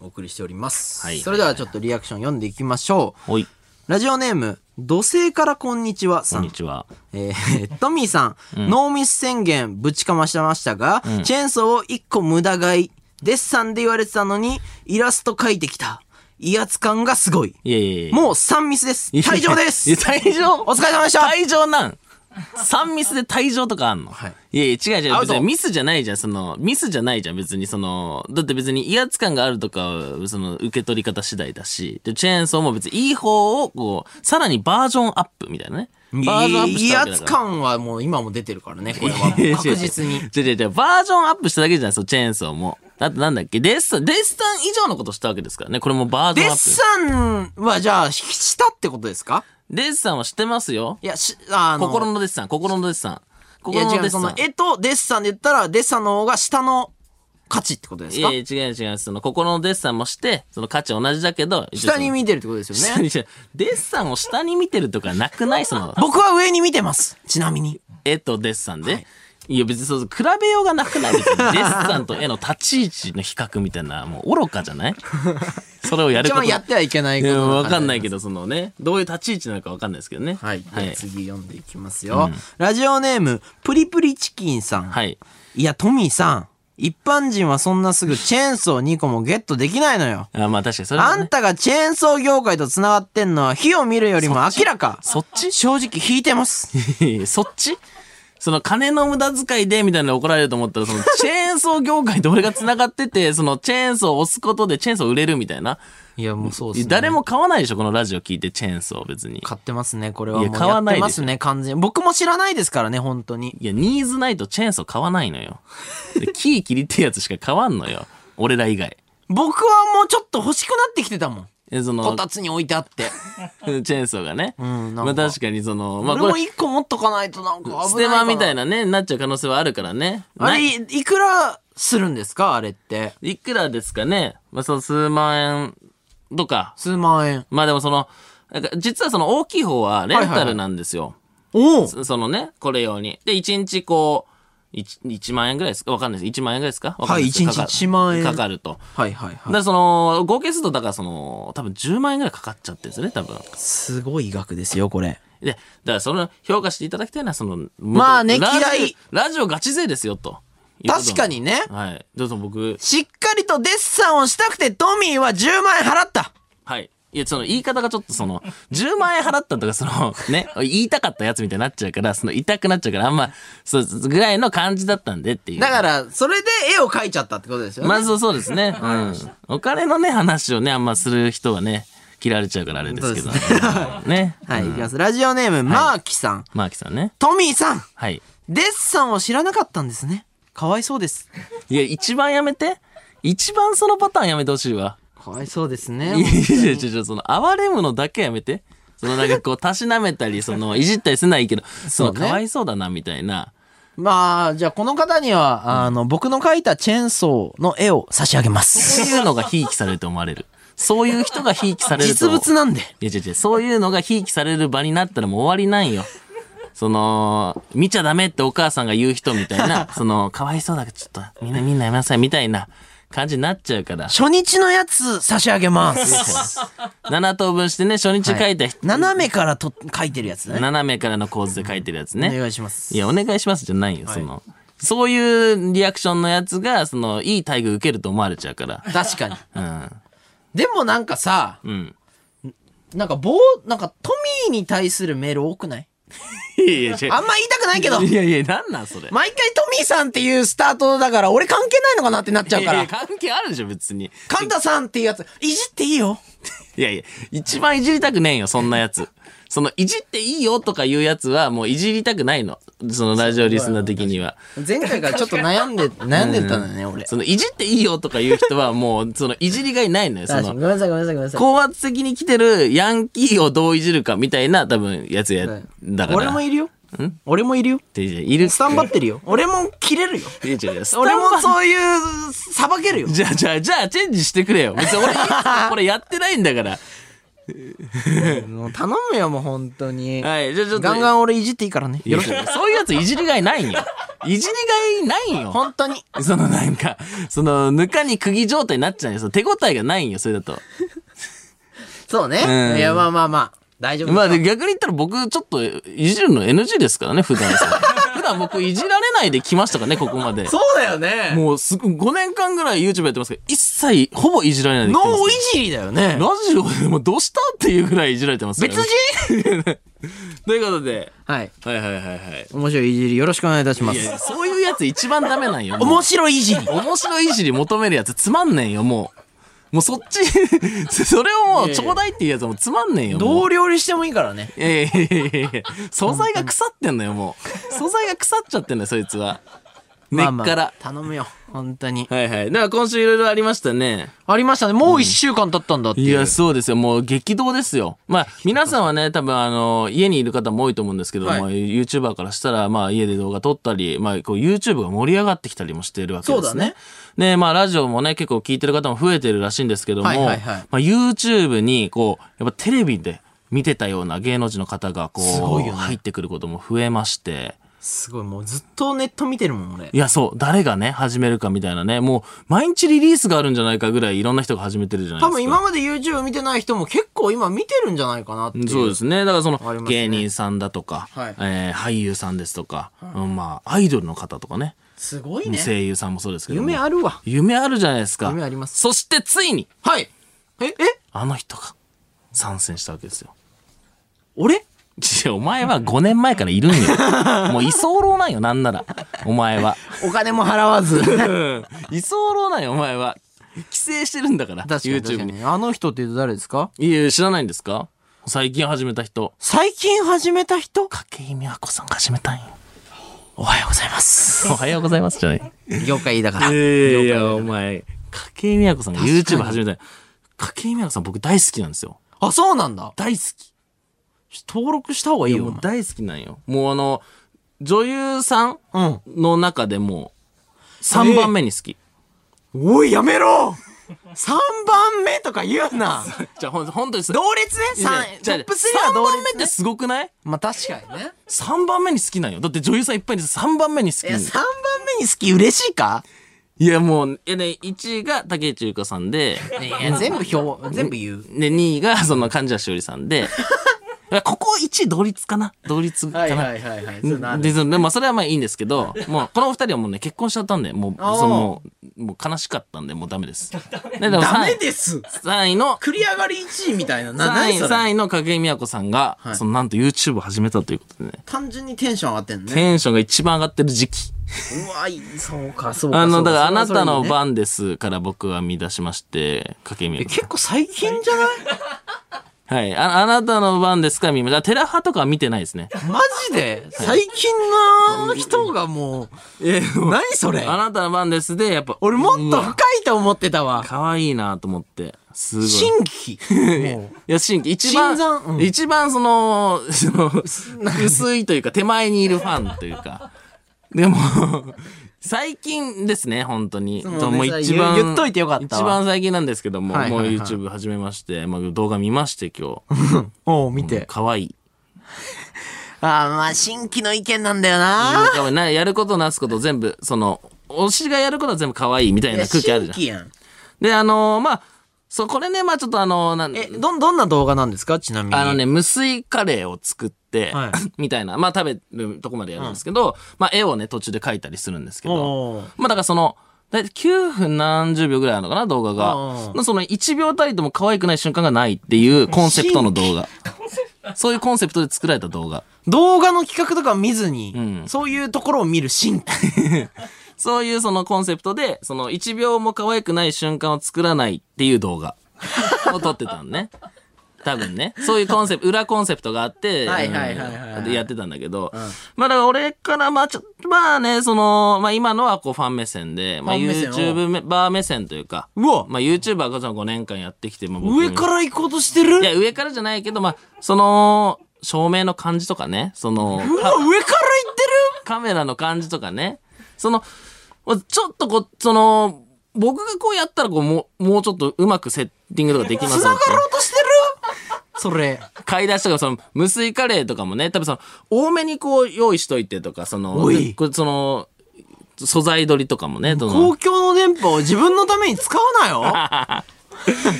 お送りしております。
はい
それではちょっとリアクション読んでいきましょう。
おい、
ラジオネーム、土星からこんにちはさ
こんに
ん。
ちは。
えートミーさん、ノーミス宣言ぶちかましてましたが、チェーンソーを一個無駄買い。デッサンで言われてたのに、イラスト描いてきた。威圧感がすごい。
いやいやいや。
もう3ミスです。
いや
退場です
いや。 退場
お疲れ様でした。
退場なん三ミスで退場とかあんの、
はい、
やいや違う違う
アウ
別
ト
にミスじゃないじゃんそのミスじゃないじゃん別にそのだって別に威圧感があるとかはその受け取り方次第だしでチェーンソーも別にいい方をこうさらにバージョンアップみたいなねバージョンアップし
威
たわけだ
圧
から
感はもう今も出てるからね、これはもう
いや
確実に。
違う違う違うバージョンアップしただけじゃないですよチェーンソーもだってなんだっけデッサンデッサン以上のことしたわけですからねこれもバージョンア
デ
ッ
ッ
プ
サンはじゃあ、したってことですか
デッサンはしてますよ
いや、し、あの、
心のデッサン心のデッサン
い
心
や
の
違
デッサ
う、そ
ン
の絵とデッサンで言ったら、デッサンの方が下の価値ってことです
い
か
やいや違う違う。その、心のデッサンもして、その価値は同じだけど、
下に
見
見てるってことですよ
下に
ね。
違うデッサンを下に見てるとかなくない その、
僕は上に見てます。ちなみに。
絵とデッサンで。
はい
いや別にそう、比べようがなくない別にデッサンと絵の立ち位置の比較みたいな、もう愚かじゃない それをやる
一
こと。
番やってはいけないこと
いや
の感じ
わかんないけど、そのね、どういう立ち位置なのかわかんないですけどね。
はい。
は。
ではい次読んでいきますよ。ラジオネーム、プリプリチキンさん。
はい。
いや、トミーさん。一般人はそんなすぐチェーンソー2個もゲットできないのよ。
あまあ確かにそれは
あ
ね、
んたがチェーンソー業界と繋がってんのは火を見るよりも明らか。
そっち
正直引いてます。
い やそっちその金の無駄遣いでみたいなの怒られると思ったら、その チェーンソー業界と俺が繋がって て、そのチェーンソーを押すことでチェーンソー売れるみたいな。
いや、もうそう
誰も買わないでしょ、このラジオ聞いてチェーンソー別に。
買ってますね、これは。
い
も
や
う
買
や
わ
っ
ないで
て
しょ
ますね、完全に。僕も知らないですからね、本当に。
いや、ニーズないとチェーンソー買わないのよ。でキー切りってやつしか買わんのよ。俺ら以外。
僕はもうちょっと欲しくなってきてたもん。
えそ
こ
の、
たつに置いてあって。
チェーンソーがね。
んなん
ま
か
あ確かにその、まあ
俺
こ
も
れ、
一個持っとかないとなんか危ないかな。
ステマみたい
な。
なね、なっちゃう可能性はあるからね。
あ
ない
れ、いくらするんですかあれって。
いくらですかね。まあその数万円とか、
数万円。
まあでもその、なんか実はその大きい方はレンタルなんですよ。
おお
そそのね、これ用に。で、1日こう、1, 1万円ぐらいですかわかんないです。1万円ぐらいですかわかんなです
はい一日一万円
かかると。
はいはい
だ
は
か
い。
らその、合計すると、だからその、多分10万円ぐらいかかっちゃってるんですよね、多分。
すごい額ですよ、これ。
で、だからその、評価していただきたいのは、その、
まあね
ラジオ
嫌い
ラジオガチ勢ですよ、と。
確かにね
はい。どうぞ僕、
しっかりとデッサンをしたくてトミーは10万円払った。
はい。いや、その言い方がちょっとその、10万円払ったとか、その、ね、言いたかったやつみたいになっちゃうから、その、痛くなっちゃうから、あんま、そう、ぐらいの感じだったんでっていう。
だから、それで絵を描いちゃったってことですよね。
まずそうですね。うん。お金のね、話をね、あんまする人はね、切られちゃうからあれですけど。
そうです
ね。
はい、
う
い
ん
きます。ラジオネーム、マーキさん。
マーキさんね。
トミーさん。
はい。
デッサンを知らなかったんですね。かわいそうです。
いや、一番やめて。一番そのパターンやめてほしいわ。
かわいそうです
いや
ね。
いやいやいやその、哀れむのだけやめて。そのなんかこう、たしなめたり、その、いじったりすんないいけど、その、
そうね
かわいそうだな、みたいな。
まあ、じゃあこの方には、あの、僕の描いたチェーンソーの絵を差し上げま
そう
す。
いうのがひいきされると思われる。そういう人がひいきされると。
実物なんで。
いや違う違う、そういうのがひいきされる場になったらもう終わりなんよ。その、見ちゃダメってお母さんが言う人みたいな、その、かわいそうだからちょっと、みんなみんなやめなさいみたいな感じになっちゃうから。
初日のやつ差し上 げます。
7等分してね、初日書いた人、
斜めからと描いてるやつだね。
斜めからの構図で書いてるやつ
お
ね。
願いします。
いや、お願いしますじゃないよ、その。そういうリアクションのやつが、その、いい待遇受けると思われちゃうから。
確かに。
うん。
でもなんかさ、
うん。
なんか棒、なんかトミーに対するメール多くない
いやいや、違う
あんま言いたくないけど、
いやいや、なんなんそれ。
毎回トミーさんっていうスタートだから、俺関係ないのかなってなっちゃう
いや
から
いや。関係あるでしょ、別に。
カンタさんっていうやつ、いじっていいよ。
いやいや、一番いじりたくねえよ、そんなやつ。その、いじっていいよとかいうやつは、もういじりたくないの。そのラジオリスナー的には。
前回からちょっと悩 んで、悩んでたんだね、俺。
その、いじっていいよとかいう人は、もう、その、いじりがいないのよ、そ
確かに
の。
ごめんなさい、ごめんなさい、ごめんなさい。
高圧的に来てるヤンキーをどういじるかみたいな、多分、やつや、だから。
俺もいるよ。俺もいるよ。
いる。いる。
スタンバってるよ。 俺も切れる よ。
いや違う違うスタンバ
俺もそういう、さばけるよ。
じゃあ、じゃあ、じゃあ、チェンジしてくれよ。別に俺、これやってないんだから。
もう頼むよ、もう本当 に。
はい、じゃあちょっと。
ガンガン俺いじっていいからね。
よろしく。そういうやついじりがいないんよ。いじりがいないんよ。
本当に。
そのなんか、その、ぬかに釘状態になっちゃうんよ。その手応えがないんよ、それだと。
そう
うん
ね。いや、まあまあまあ。大丈夫
まあ
です
で
よ。
逆に言ったら僕、ちょっと、いじるの NG ですからね、普段さ。 普段僕、いじられないで来ましたからね、ここまで。
そうだよね。
もうすぐ、5年間ぐらい YouTube やってますけど、一切、ほぼいじられないで来て
ノ
ます
ーいじりだよね。
ラジオでもどうしたっていうぐらいいじられてますから、
別
ね。
人
ということで、
はい。
はいはいはいはい。
面白いいじりよろしくお願いいたしま
い
す。
や、そういうやつ一番ダメなんよ。もう
面白いいじり。
面白いいじり求めるやつつまんねんよ、もう。もうそっち、 それをもうちょうだいっていうやつはもうつまんねんよ。もう
どう料理してもいいからね。
いやいやいやいやいや素材が腐ってんのよ、もう。素材が腐っちゃってんのよ、そいつは。根っから。
まあまあ頼むよ。本当に。
はいはい。だから今週いろいろありましたね。
ありましたね。もう一週間経ったんだって
い
いう。
や、そうですよ。もう激動ですよ。ま あ、皆さんはね、多分あの、家にいる方も多いと思うんですけど、
はい
まあ、YouTuber からしたら、まあ、家で動画撮ったり、まあ、こう、YouTube が盛り上がってきたりもしているわけですね。
そうだね。
で、まあ、ラジオもね、結構聞いてる方も増えてるらしいんですけども、
はいはいはい
まあ、YouTube に、こう、やっぱテレビで見てたような芸能人の方が、こ
すご
う、
いよね
入ってくることも増えまして、
すごい、もうずっとネット見てるもん、俺。
いや、そう、誰がね、始めるかみたいなね、もう、毎日リリースがあるんじゃないかぐらい、いろんな人が始めてるじゃないです
多
か。
分今まで YouTube 見てない人も結構今見てるんじゃないかなっていう。
そうですね。だからそ
あり
の、
ますね
芸人さんだとか、
はい
えー俳優さんですとか、うんまあ、アイドルの方とかね、
すごいね。
声優さんもそうですけども、
夢あるわ。
夢あるじゃないですか。
夢あります
そしてついに、
はい。え、え
あの人が参戦したわけですよ。
俺
いやお前は5年前からいるんよ。 もう居候なんよ、なんなら。お前は。
お金も払わ ず。確
居候なんよ、お前は。帰省してるんだから、
かに
YouTube
確か
に。
に。あの人って誰ですか
いやいや、知らないんですか最近始めた人。
最近始めた人
筧美和子さんが始めたんよ。おはようござい ます。おはようございます、じゃない。
業界だか
い
ら。
やいや、お前、筧美和子さんが YouTube 始めた筧美和子さん僕大好きなんですよ。
あ、そうなんだ。
大好き。
登録した方がいい
も
よ。
う大好きなんよ。もうあの、女優さん
お前うん。
の中でも、3番目に好き。
おい、やめろ !3 番目とか言うな
じゃあ、ほんほんとに
同列ね三トップ3は同
3番
列
目って
ね
すごくない
まあ確かにね。
?3 番目に好きなんよ。だって女優さんいっぱいいるんです3番目に好き
い
な
や、
んよ
3番目に好き嬉しいか
いや、もう、いやね、1位が竹内優香 さんで、
いや、全部表、全部言う。
で、2位がその貫地谷しおりさんで、やここ1同率かな同率か
はい
な。
はいはいはい。そういうのある
でそでまあそれはまあいいんですけど、もうこのお二人はもうね結婚しちゃったんで、もう
あー
そのもうもう悲しかったんでもうダメです。ででも
ダ
3
メ
位
です
3位の
繰り上がり1位みたいな。な、
3
何
位
それ
3位の影井美也子さんが、
はい
そのなんと YouTube を始めたということでね、
単純にテンション上がってんね。
テンションが一番上がってる時期。
うわ、いいそうか、そうか。
あの、
そう
だからあな
それ
た
はそ
の
れでいいね
番ですから僕は見出しまして、影井美
え
也子さん
結構最近じゃない
はい。ああなたの番ですから見ました。テラハとかは見てないですね。
マジで最近の人がもう、何それ
あなたの番ですで、やっぱ、
俺もっと深いと思ってたわ。
可愛いなと思って。すごい。
新規。 もう
いや、新規。一番、
新参うん
一番その、その、 薄いというか、手前にいるファンというか。でも、最近ですね、本当に。
そうね
ともう
そう
一番
言言っといてよかったわ
一番最近なんですけども、
はいはいはい
もう YouTube 始めまして、まあ、動画見まして、今日。
おう、見て。
可愛い。
あーまあ、新規の意見なんだよな。
可愛いなやることなすこと全部、その、推しがやることは全部可愛いみたい
いや
な空気あるじゃん。
新規やん。
で、あのーまあ、そう、これね、まあちょっとあのーなん
え、どん、どんな動画なんですかちなみに。
あのね、無水カレーを作って、
はい
みたいな、まあ食べるとこまでやるんですけど、まあ絵をね、途中で描いたりするんですけど、
おう。
まあだからその、だいたい9分何十秒ぐらいあるのかな、動画
うん
が。のその1秒たりとも可愛くない瞬間がないっていうコンセプトの動画。そういうコンセプトで作られた動画。
動画の企画とか見ずに、
うん
そういうところを見る新規。
そういうそのコンセプトで、その1秒も可愛くない瞬間を作らないっていう動 画を撮ってたんね。多分ね。そういうコンセプ ト、裏コンセプトがあって、
はいはいはいはいはい
うんやってたんだけど。まあだから俺から、まあちょっと、まあね、その、まあ今のはこうファン目線で、まあ
ファン目線
YouTube めバー目線というか、
うわ、
まあ YouTuber がその5年間やってきて、まあ僕
上から行こうとしてる
いや、上からじゃないけど、まあ、その、照明の感じとかね、その、
うわ、上から行ってる
カメラの感じとかね。その、ちょっとこう、その、僕がこうやったらこう、もう、もうちょっとうまくセッティングとかできます
繋
よ
が
って
ろうとしてるそれ。
買い出しとか、その、無水カレーとかもね、多分その、多めにこう、用意しといてとか、その、
おい
これその、素材取りとかもね、その
公共の電波を自分のために使うな よ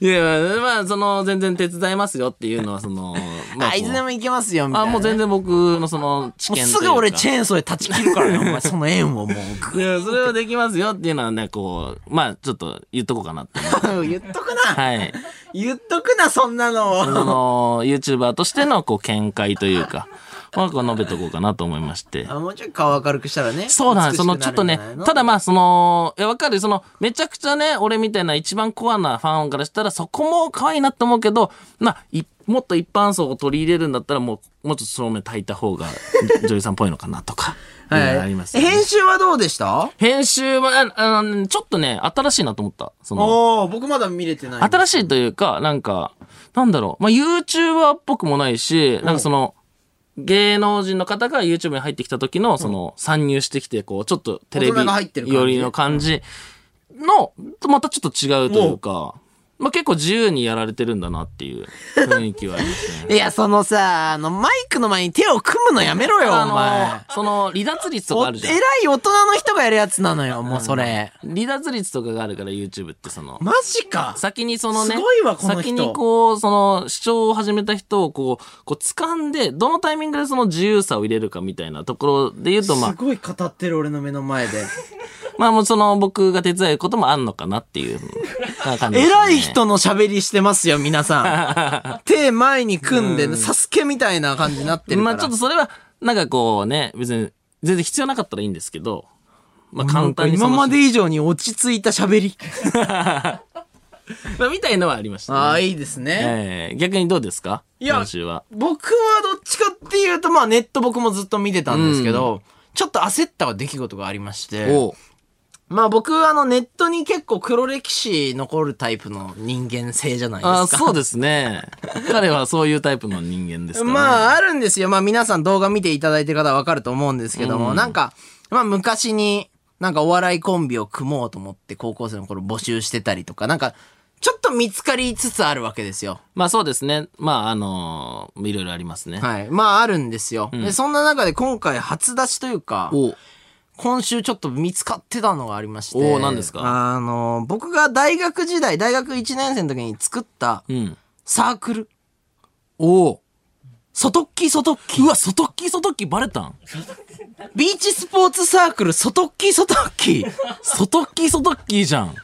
いや、まあ、その、全然手伝いますよっていうのは、そ の、ま
あいつでも行けますよ、みたい
あ、
な。
もう全然僕のその、知
もう
見という
す
か
ぐ俺チェーンソーで断ち切るからね、お前その縁 をもう。
いや、それはできますよっていうのはね、こう、まあ、ちょっと言っとこうかなって。
言っとくな、
はい。
言っとくな、そんなの。
その、YouTuber としての、こう、見解というか、まあ、こう述べとこうかなと思いまして。
あもうちょい顔明るくしたらね。
そうなんです。
美
そ
しく
の、
る
ちょっとね
んじゃないの、
ただまあ、その、いや、わかる。その、めちゃくちゃね、俺みたいな一番コアなファンからしたら、そこも可愛いなと思うけど、まあ、いもっと一般層を取り入れるんだったら、もう、もうちょっと正面焚いた方が、女優さんっぽいのかなとか、
はい、
ありますよね、
編集はどうでした
編集は、ああの、ちょっとね、新しいなと思った。その、
おー、僕まだ見れてない。
新しいというか、なんか、なんだろう。まあ、YouTuber っぽくもないし、なんかその、芸能人の方が YouTube に入ってきた時の、その、参入してきて、こう、ちょっとテレ
大人が入ってる
ビ
感じ。
よりの感じの、とまたちょっと違うというか、まあ、結構自由にやられてるんだなっていう雰囲気はありますね
いや、そのさ、あの、マイクの前に手を組むのやめろよ、 お前
あ。の、その、離脱率と
お
かあ
偉
る
い
じゃん。
大人の人がやるやつなのよ、もうそれ。
離脱率とかがあるから YouTube ってその、
マジか
先にそのね、
すごいわこの人
先にこう、その、主張を始めた人をこう、こう、掴んで、どのタイミングでその自由さを入れるかみたいなところで言うと、まあ、
ごい語ってる俺の目の前で。
まあもうその、僕が手伝うこともあんのかなっていうな感じですね、
偉い人の喋りしてますよ、皆さ ん。手前に組んで、サスケみたいな感じになってるか
ま
ら。
あちょっとそれは、なんかこうね、別に、全然必要なかったらいいんですけど、まあ簡単にそ
今
の
まで以上に落ち着いた喋り。
まあみたいのはありました、ね。
ああ、いいですね。
ええ逆にどうですか
いや
今週は。
僕はどっちかっていうと、まあネット僕もずっと見てたんですけど、ちょっと焦った出来事がありまして。
おう
まあ僕あのネットに結構黒歴史残るタイプの人間性じゃないですか。
ああ、そうですね。彼はそういうタイプの人間ですから、ね。
まああるんですよ。まあ皆さん動画見ていただいてる方はわかると思うんですけども、なんか、まあ昔になんかお笑いコンビを組もうと思って高校生の頃募集してたりとか、なんかちょっと見つかりつつあるわけですよ。
まあそうですね。まああのーいろいろありますね。
はい。まああるんですよ。で、そんな中で今回初出しというか、
お
今週ちょっと見つかってたのがありまして。
おー何ですか
あの、僕が大学時代、大学1年生の時に作った
うん。
サークル。
お外っき外っき。うわ、外っき外っきバレたん
ビーチスポーツサークル、外っき外っき。違う
外っき外っきじゃん。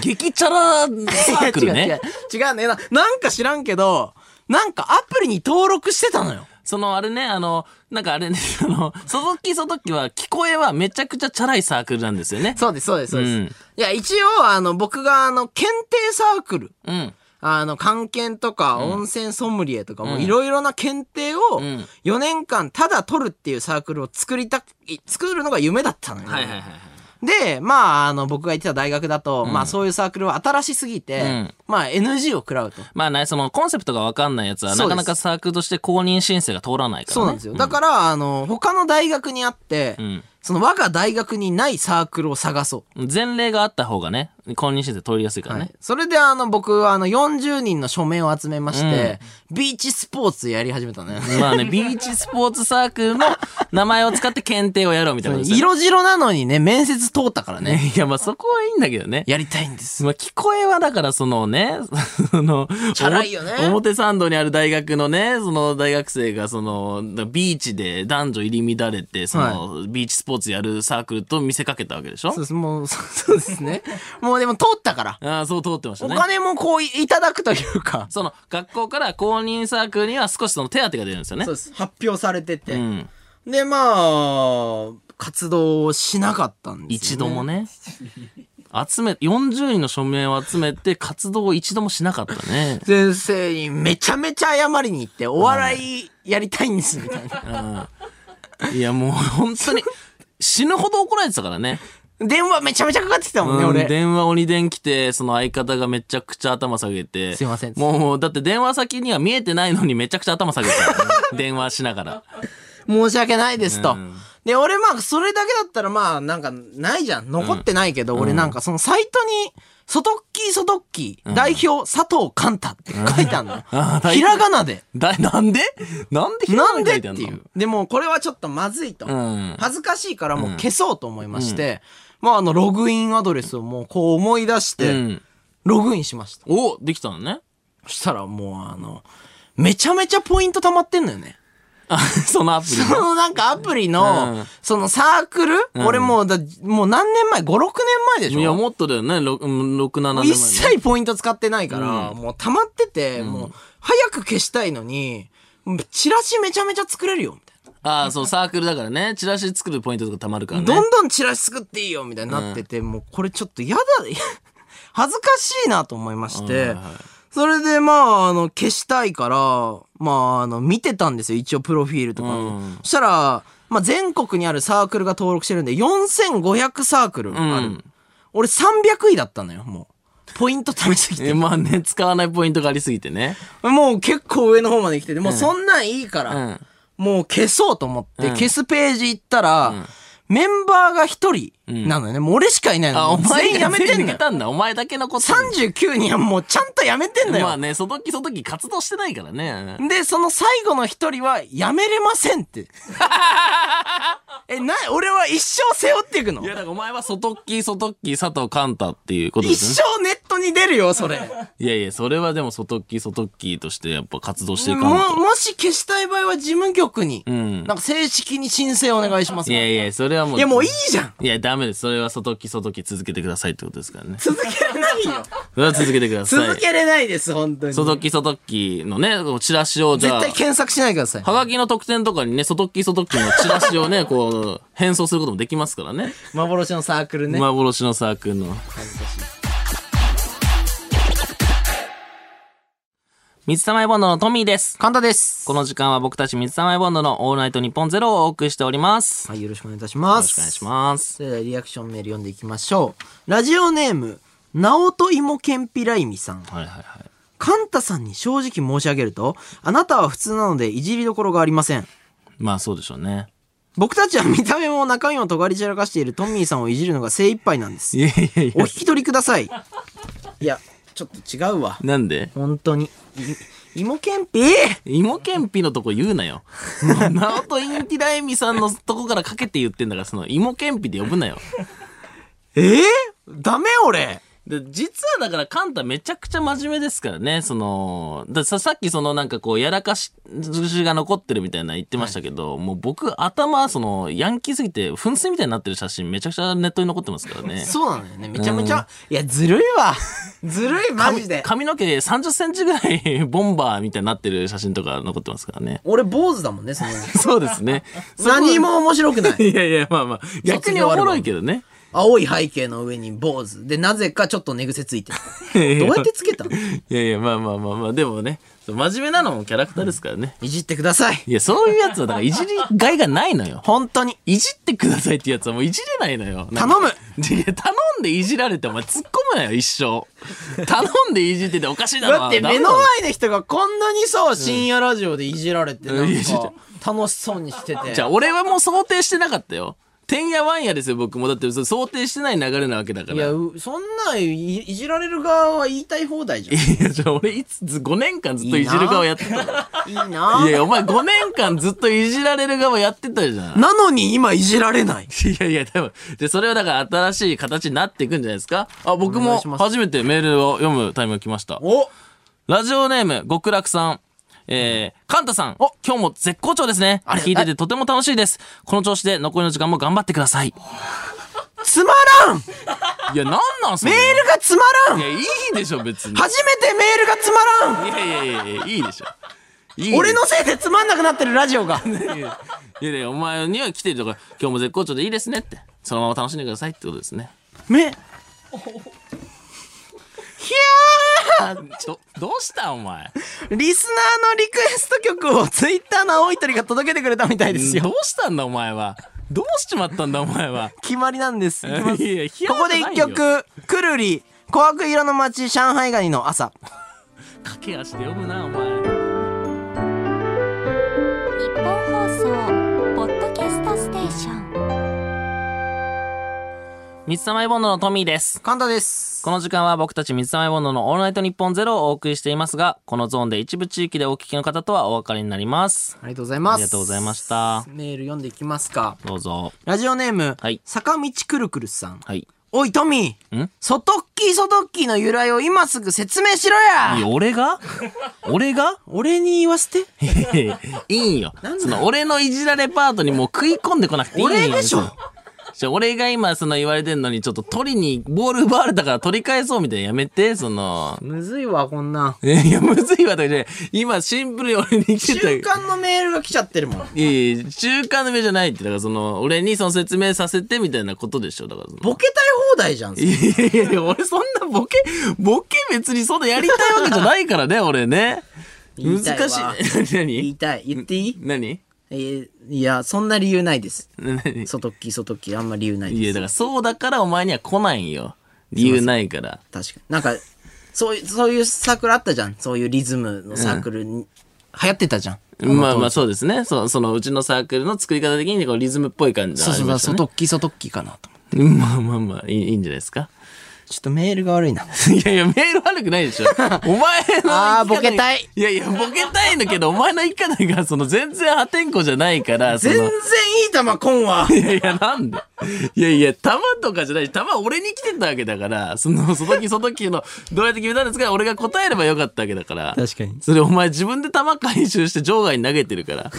激チャラサークル
違
ね
う。。違うね。ななんか知らんけど、なんかアプリに登録してたのよ。
そのあれね、あの、なんかあれね、 あの、外っき外っきは聞こえはめちゃくちゃチャラいサークルなんですよね。
そうです、そうです、そうです。
うん
いや、一応、あの、僕が、あの、検定サークル、
うん。
あの、関検とか、温泉ソムリエとかも、いろいろな検定を
ん、
4年間ただ取るっていうサークルを作りた、い作るのが夢だったのよ。
はいはいはいはい。
で、まあ、あの、僕が行ってた大学だと、まあ、そういうサークルは新しすぎて、
うん
まあ、NG を食らうと。
まあね、そのコンセプトがわかんないやつは、
そ
な
うで
か
す
なかサークルとして公認申請が通らないからね。
そうなんですよ。だから、あの、他の大学にあって、
ん
その我が大学にないサークルを探そう。
前例があった方がね、公認申請通りやすいから
は
ね。
い、それであの僕はあの40人の署名を集めまして、ビーチスポーツやり始めたのよ。
ま あね、ビーチスポーツサークルの名前を使って検定をやろうみたいなことですよね。
色白なのにね、面接通ったからね。
ね、いや、まあそこはいいんだけどね。
やりたいんです。
まあ聞こえはだからそのね、 その、
チャラいよね
おも表参道にある大学のね、その大学生がその、ビーチで男女入り乱れて、その、ビーチスポーツやるサークルと見せかけたわけでしょ
そうです、もう、そう そうですね。もうでも通ったから。
ああ、そう通ってました
お
ね。
金もこういいただくというか。
その、学校から公認サークルには少しその手当てが出るんですよね。
そうです。発表されてて。
うん。
で、まあ、活動をしなかったんです
一
よ、
度もね。集め、40人の署名を集めて活動を一度もしなかったね。
先生にめちゃめちゃ謝りに行って、お笑いやりたいんです、みたい な。
いや、もう本当に死ぬほど怒られてたからね。
電話めちゃめちゃかかってきたもんね、
うん
俺。
電話鬼電来て、その相方がめちゃくちゃ頭下げて。
すいません
もう、もうだって電話先には見えてないのにめちゃくちゃ頭下げてたからね、 電話しながら。
申し訳ないですと。
うん
で、俺まあ、それだけだったらまあ、なんか、ないじゃん。残ってないけど、俺なんかそのサイトに、ソトッキーソトッキー、代表佐藤寛太って書いてあるの。
あー
ひらがなで。
だ、なんでなんで
なんで
書
っ
い
て
あん
い
の
う。でも、これはちょっとまずいと。
うん。
恥ずかしいからもう消そうと思いまして、まあ、あの、ログインアドレスをもうこう思い出し
う
て、
ん。
ログインしました。
お、できたのね。
そしたらもうあの、めちゃめちゃポイント溜まってんのよね。
あ、そのアプリ
そのなんかアプリの、
うん
そのサークル、
ん
俺もうだ、もう何年前 ?5、6年前でし
の。いや、
ょ
もっとだよね。6、うん6 7年前、ね。
一切ポイント使ってないから、
うん
もう溜まってて、もう早く消したいのに、チラシめちゃめちゃ作れるよ、みたいな。
ああ、そう、サークルだからね。チラシ作るポイントとかたまるからね。
どんどんチラシ作っていいよ、みたいになってて、もうこれちょっとやだ、 恥ずかしいなと思いまして、
はいはい
それでまあ、あの、消したいから、まあ、あの、見てたんですよ、一応プロフィールとかも。
うん
そしたら、まあ、全国にあるサークルが登録してるんで、4500サークルある。
うん
俺300位だったのよ、もう。ポイント貯めすぎ
え、
て。
まあね、使わないポイントがありすぎてね。
もう結構上の方まで来てて、もうそんなんいいか
う
ら、
ん。
もう消そうと思って、
うん
消すページ行ったら、メンバーが一人なのよね。もう俺しかいないの。
あ、お前
全員やめてん
全然
のよ
抜け。たんだ。お前だけのこと。
39人はもうちゃんとやめてんのよ。
まあね、その時その時活動してないからね。
で、その最後の一人は、やめれませ んって。え、な、俺は一生背負っていくの
いや、だからお前は外っき外っき佐藤寛太っていうことで
一
す
生ネットに出るよ、それ。
ね。いやいや、それはでも外っき外っきとしてやっぱ活動していかん
も、
と。
もし消したい場合は事務局に、
ん
なんか正式に申請お願いします。
いやいや、それはもう。
いやもういいじゃん。
いや、ダメです。それは外っき外っき続けてくださいってことですからね。
続けれないよ。
そ れは続けてください。
続けれないです、本当に。
外
絶
っき外っきのね、こうチラシをじゃあ。
対検索しないでください。
はがきの特典とかにね、外っき外っきのチラシ をね、こう、変装することもできますからね。
幻のサークルね。
幻のサークルの。水溜りボンドのトミーです。
神田です。
この時間は僕たち水溜りボンドのオールナイトニッポンゼロをお送りしております。よ
はい、よろしくお願いいたしま
ろし
す。
くお願いします。
それではリアクションメール読んでいきましょう。ラジオネーム、直人芋けんぴらいみさん。
はいはいはい。
カンタさんに正直申し上げると、あなたは普通なのでいじりどころがありません。
まあそうでしょうね。
僕たちは見た目も中身も尖り散らかしているトミーさんをいじるのが精一杯なんです。
いやいやい
お引き取りください。いや、ちょっと違うわ。
なんで
本当に。い芋けんぴ
芋けんぴのとこ言うな よ。もう、ナオトインティラエミさんのとこからかけて言ってんだから、その芋けんぴで呼ぶなよ。
えー、ダメ俺。
で、実はだから、カンタめちゃくちゃ真面目ですからね、その、だささっきそのなんかこう、やらかし、ずが残ってるみたいな言ってましたけど、もう僕、頭、その、ヤンキーすぎて、噴水みたいになってる写真めちゃくちゃネットに残ってますからね。
そうなんだよね。めちゃめちゃ、いや、ずるいわ。 ずるい、 マジで。
髪の毛30センチぐらい ボンバーみたいになってる写真とか残ってますからね。
俺、坊主だもんね、 その 時。
そうですね。
何も面白くない。
いやいや、まあまあ、逆におもろいけどね。
青い背景の上に坊主。で、なぜかちょっと寝癖ついて る。どうやってつけたの
いやいや、まあまあまあまあ、でもね、そう真面目なのもキャラクターですからね。
いじってください。
いや、そういうやつは、だから、いじりがいがないのよ。
本当に。
いじってくださいってやつはもういじれないのよ。なんか
頼む
いや、頼んでいじられてお前突っ込むなよ、一生。頼んでいじってておかしいだろ。
だって
ダメ
目
ろ
の前の人がこんなにそう、深夜ラジオでいじられて、なん
いじっ
か、楽しそうにしてて。
じゃあ、俺はもう想定してなかったよ。てんやわんやですよ、僕も。だって、想定してない流れなわけだから。
いや、うそんなんいいじられる側は言いたい放題じゃん。
いや、じゃあ俺いつ、5年間ずっといじる側やってたから
いいない
やいや、お前5年間ずっといじられる側やってたじゃん。
なのに今いじられない。
いやいや、多分。で、それはだから新しい形になっていくんじゃないですかあ、僕
お願
も
いします
初めてメールを読むタイムが来ました。
お
ラジオネーム、極楽さん。えー、カンタさん。今日も絶好調ですね。
ありが
聞いて
とう
てとても楽しいです。この調子で残りの時間も頑張ってください。
つまらんメ
いや、なんなんそれ。
ールがつまら
い
ん
や、いいでしょ、別に。
初めてメールがつまらん
いやいやいやいや、いいでしょ。いい
俺のせいでつまんなくなってるラジオが。
いやいや、お前には来てるとか、今日も絶好調でいいですねって。そのまま楽しんでくださいってことですね。
め、
ど、どうしたお前。
リスナーのリクエスト曲をツイッターの青い鳥が届けてくれたみたいです
ど
よ。
うしたんだお前は。どうしちまったんだお前は。
決まりなんです。いきます
いやいやひや
ここで一曲、くるり、琥珀色の街、上海ガニの朝。
駆け足で読むな、お前。
日本放送ポッドキャストステーション
水溜りボンドのトミーです。
簡単です。
この時間は僕たち水溜りボンドのオールナイトニッポンゼロをお送りしていますが、このゾーンで一部地域でお聞きの方とはお別れになります。
ありがとうございます。
ありがとうございました
メール読んでいきますか。
どうぞ。
ラジオネーム、
はい
坂道くるくるさん。
はい。
おい、トミー
ん。
ソトッキーソトッキーの由来を今すぐ説明しろや
いや俺が俺 が
俺に言わせて。
いいんよ
なん。だ
その俺のいじられパートにもう食い込んでこなくていいんよ。
俺でしょ
じゃあ俺が今その言われてんのにちょっと取りにボール奪われたから取り返そうみたいなやめて、その。
むずいわ、こんな。
え いや、むずいわ、だけ今シンプルに俺に来てた
中。間のメールが来ちゃってるもん。
いやいや、中間の目じゃないって、だからその、俺にその説明させてみたいなことでしょ、だからその。
ボケたい放題じゃん。
いやいやいや、俺そんなボケ、ボケ別にそんなやりたいわけじゃないからね、俺ね。
言い
難
たいわ
しい。
言
何
いたい。言っていい
何
えーいや、そんな理由ないです。
何
ソトッキーソトッキーあんま理由ない
いや、
で
だ
す。
からそうだからお前には来ないんよ。理由ないから。
確かに。なんか、そういう、そういうサークルあったじゃん。そういうリズムのサークルに、流行ってたじゃん。
まあまあそうですね。そそのうちのサークルの作り方的にこうリズムっぽい感じ
そ
が
う
あ
そ
り
うそう、
ました
ソ
ね。
トッキーソトッキーかなと思って。
うん まあまあまあいい、いいんじゃないですか。
ちょっとメールが悪い な。
いやいや、メール悪くないでし ょ。お前の生き方が。
あーボケたい
いやいや、ボケたいんだけど、お前の生き方が、その、全然破天荒じゃないから、そ
全然
の
い、い球、コン は。
いやいや、なんでいやいや、弾とかじゃないし、弾俺に来てたわけだから、その、その時その時の、どうやって決めたんですか俺が答えればよかったわけだから。
確かに
それお前自分で弾回収して場外に投げてるから。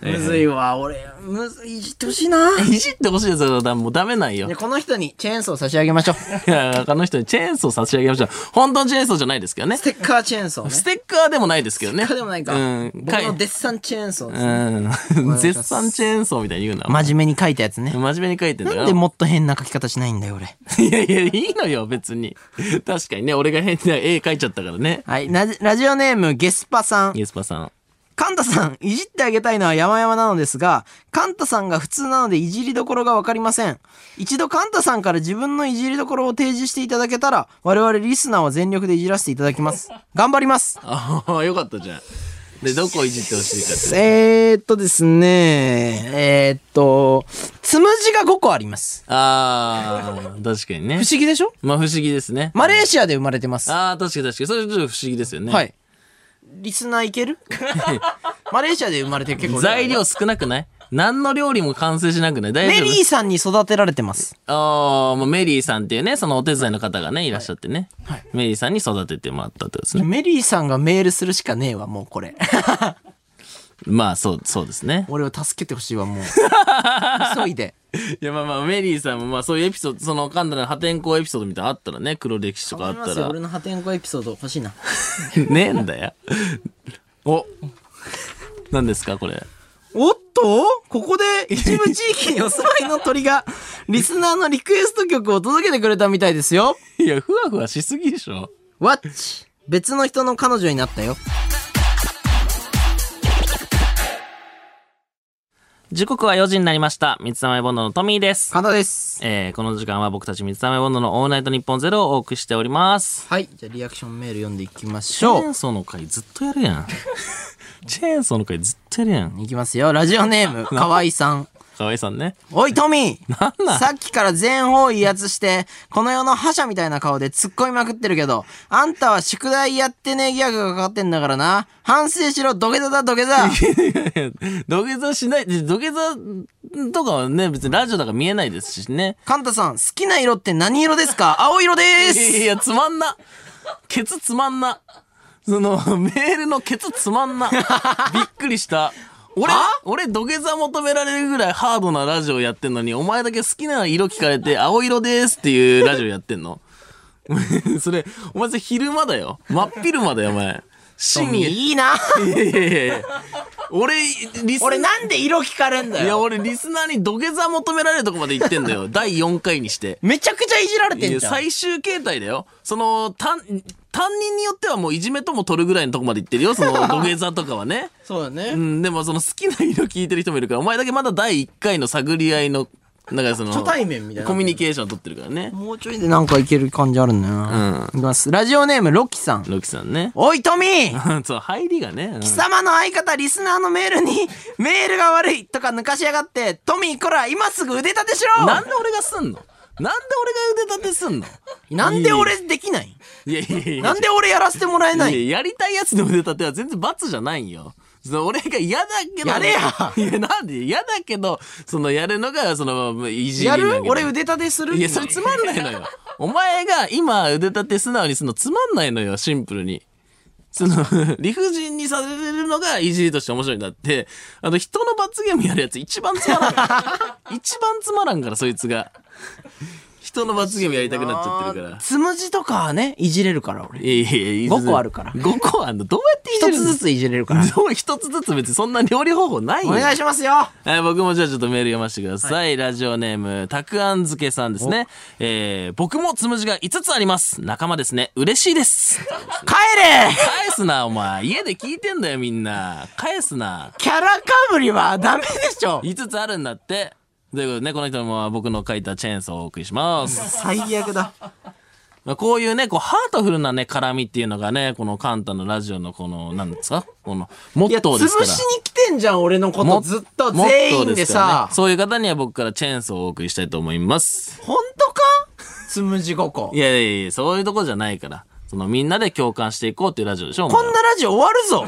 むずいわ、俺、むずい、いじってほしいな。
いじってほしいですよ、もうダメなんよ
で。この人にチェーンソー差し上げましょう。
いや、他の人にチェーンソー差し上げましょう。本当のチェーンソーじゃないですけどね
ス。テッカーチェーンソーね。
ス
ステ
テッカーでもないですけどね。
ッカーでもないか。
うん。
僕
かい
のデッサンチェーンソーです。
うん。
いします
絶賛チェーンソーみたいに言うな。
真面目に書いたやつね。
真面目に書いてんだから。
なんでもっと変な書き方しないんだよ、俺。
いやいや、いいのよ、別に。確かにね、俺が変な絵描いちゃったからね。
はい、なラジオネーム、ゲスパさん。
イエスパさん。
カンタさん、いじってあげたいのは山々なのですが、カンタさんが普通なのでいじりどころがわかりません。一度カンタさんから自分のいじりどころを提示していただけたら、我々リスナーは全力でいじらせていただき ます。頑張ります。
ああ、よかったじゃん。で、どこいじってほしいかって。
えー、っとですね、えー、っと、つむじが5個あります。
ああ、確かにね
不。思議でしょ
まあ、不思議ですね。
マレーシアで生まれてます。
ああ、確かに確かに。それちょっと不思議ですよね。
は。い。リスナーいける マレーシアで生まれて結構。
材料少なくない何の料理も完成しなくない大
メ
丈夫
リーさんに育てられてます。
ああ、もうメリーさんっていうね、そのお手伝いの方がね、いらっしゃってね。メリーさんに育ててもらったってことですね。
メリーさんがメールするしかねえわ、もうこれ。
まあ、そう、そうですね。
俺を助けてほしいわ、も う。急いで。
いや、まあまあ、メリーさんも、まあそういうエピソード、その神田の破天荒エピソードみたいなのあったらね、黒歴史とかあったら。
の破天荒エピソード欲しいな。
ねえんだよ。お何ですか、これ。
おっとここで一部地域にお住まいの鳥が、リスナーのリクエスト曲を届けてくれたみたいですよ。
いや、ふわふわしすぎでしょ。
ワッチ別の人の彼女になったよ。
時刻は4時になりました。三つ玉ボンドのトミーです。
神田です。
えー、この時間は僕たち三つ玉ボンドのオールナイトニッポンゼロをお送りしております。
はい。じゃあリアクションメール読んでいきまし
チェー
ょう。
ンソーの回ずっとやるやん。チェーンソーの回ずっとやるやん。
いきますよ。ラジ オネーム、河合さん。
河合さんね。
おい、トミー
なんなん
さっきから全方位威圧して、この世の覇者みたいな顔で突っ込みまくってるけど、あんたは宿題やってねえギャグがかかってんだからな。反省しろ、土下座だ、土 下座。
土下座しない、土下座とかはね、別にラジオだから見えないですしね。
カンタさん、好きな色って何色ですか青色で
いやい
す。
や、つまんな。ケツつまんな。その、メールのケツつまんな。びっくりした。俺
は、
俺土下座求められるぐらいハードなラジオやってんのに、お前だけ好きな色聞かれて、青色ですっていうラジオやってんの。 それ、お前それ昼間だよ。真っ昼間だよ、お前。
ト
深
ミー
夜。い
いいな。
やいやいやいや俺、リス
俺なんで色聞かれんだ
いや、
よ。
俺、リスナーに土下座求められるとこまで行ってんだよ。第4回にして。
めちゃくちゃいじられて
い
ん
や
じゃん。
最終形態だよ。その、担、担任によってはもういじめとも取るぐらいのとこまで行ってるよ。 その土下座とかはね。
そうだね。
うん、でもその好きな色聞いてる人もいるから、お前だけまだ第1回の探り合いの、なんかその、
初対面みたいな
コミュニケーション取ってるからね。
もうちょいでなんかいける感じあるんだよな。いきます。ラジオネーム、ロキさん。。
ロキさんね
おい、トミー
そう、入りがね。うん
貴様の相方リスナーのメールに メールが悪いとか抜かしやがってトミーこら今すぐ腕立てしろ
な
なん
で俺がすんのなんで俺が腕立てすんの
んで俺できない
いやいやいやいや
なんで俺やらせてもらえない
いややりたいやつの腕立ては全然罰じゃないんよ。その俺が嫌だけど。
やれや
いや、なんで嫌だけど、そのやるのが、その、いじりな
や
んだけど
る俺腕立てする
いや、それつまんないのよ。お前が今腕立て素直にするのつまんないのよ、シンプルに。その、 理不尽にされるのがいじりとして面白いんだって、あの、人の罰ゲームやるやつ一番つ まらん。一番つまらんから、そいつが。人の罰ゲームやりたくなっちゃってるから。
つむじとかはねいじれるから俺
いやいやいや
5個あるから
5個あんのどうやっていじる
一つ
の
ずついじれ るから
どう一つずつ別にそんな料理方法ない
お
よ。
願いしますよ
はい、僕もじゃあちょっとメール読ませてください。ラジオネーム、たくあん漬けさんですね。えー、僕もつむじが5つあります。仲間ですね。嬉しいです。
帰れ
返すな、お前。家で聞いてんだよ、みんな。返すな。
キャラかぶりはダメでしょ
5つあるんだって。ということでね、この人も僕の書いたチェーンソーをお送りします。
最悪だ
まあ、こういうね、こう、ハートフルなね、絡みっていうのがね、このカンタのラジオのこの、なんですかこの、モ
いや
ットー
潰
ですから。
しに来てんじゃん俺のこ
も
とずっと全員で
もっとすから
さ
ねそういう方には僕からチェーンソーをお送りしたいと思います。
本当かつむじ5個
いやいやいや、そういうとこじゃないから。そのみんなで共感していこうっていうラジオでしょお前
こんなラジオ終わる ぞ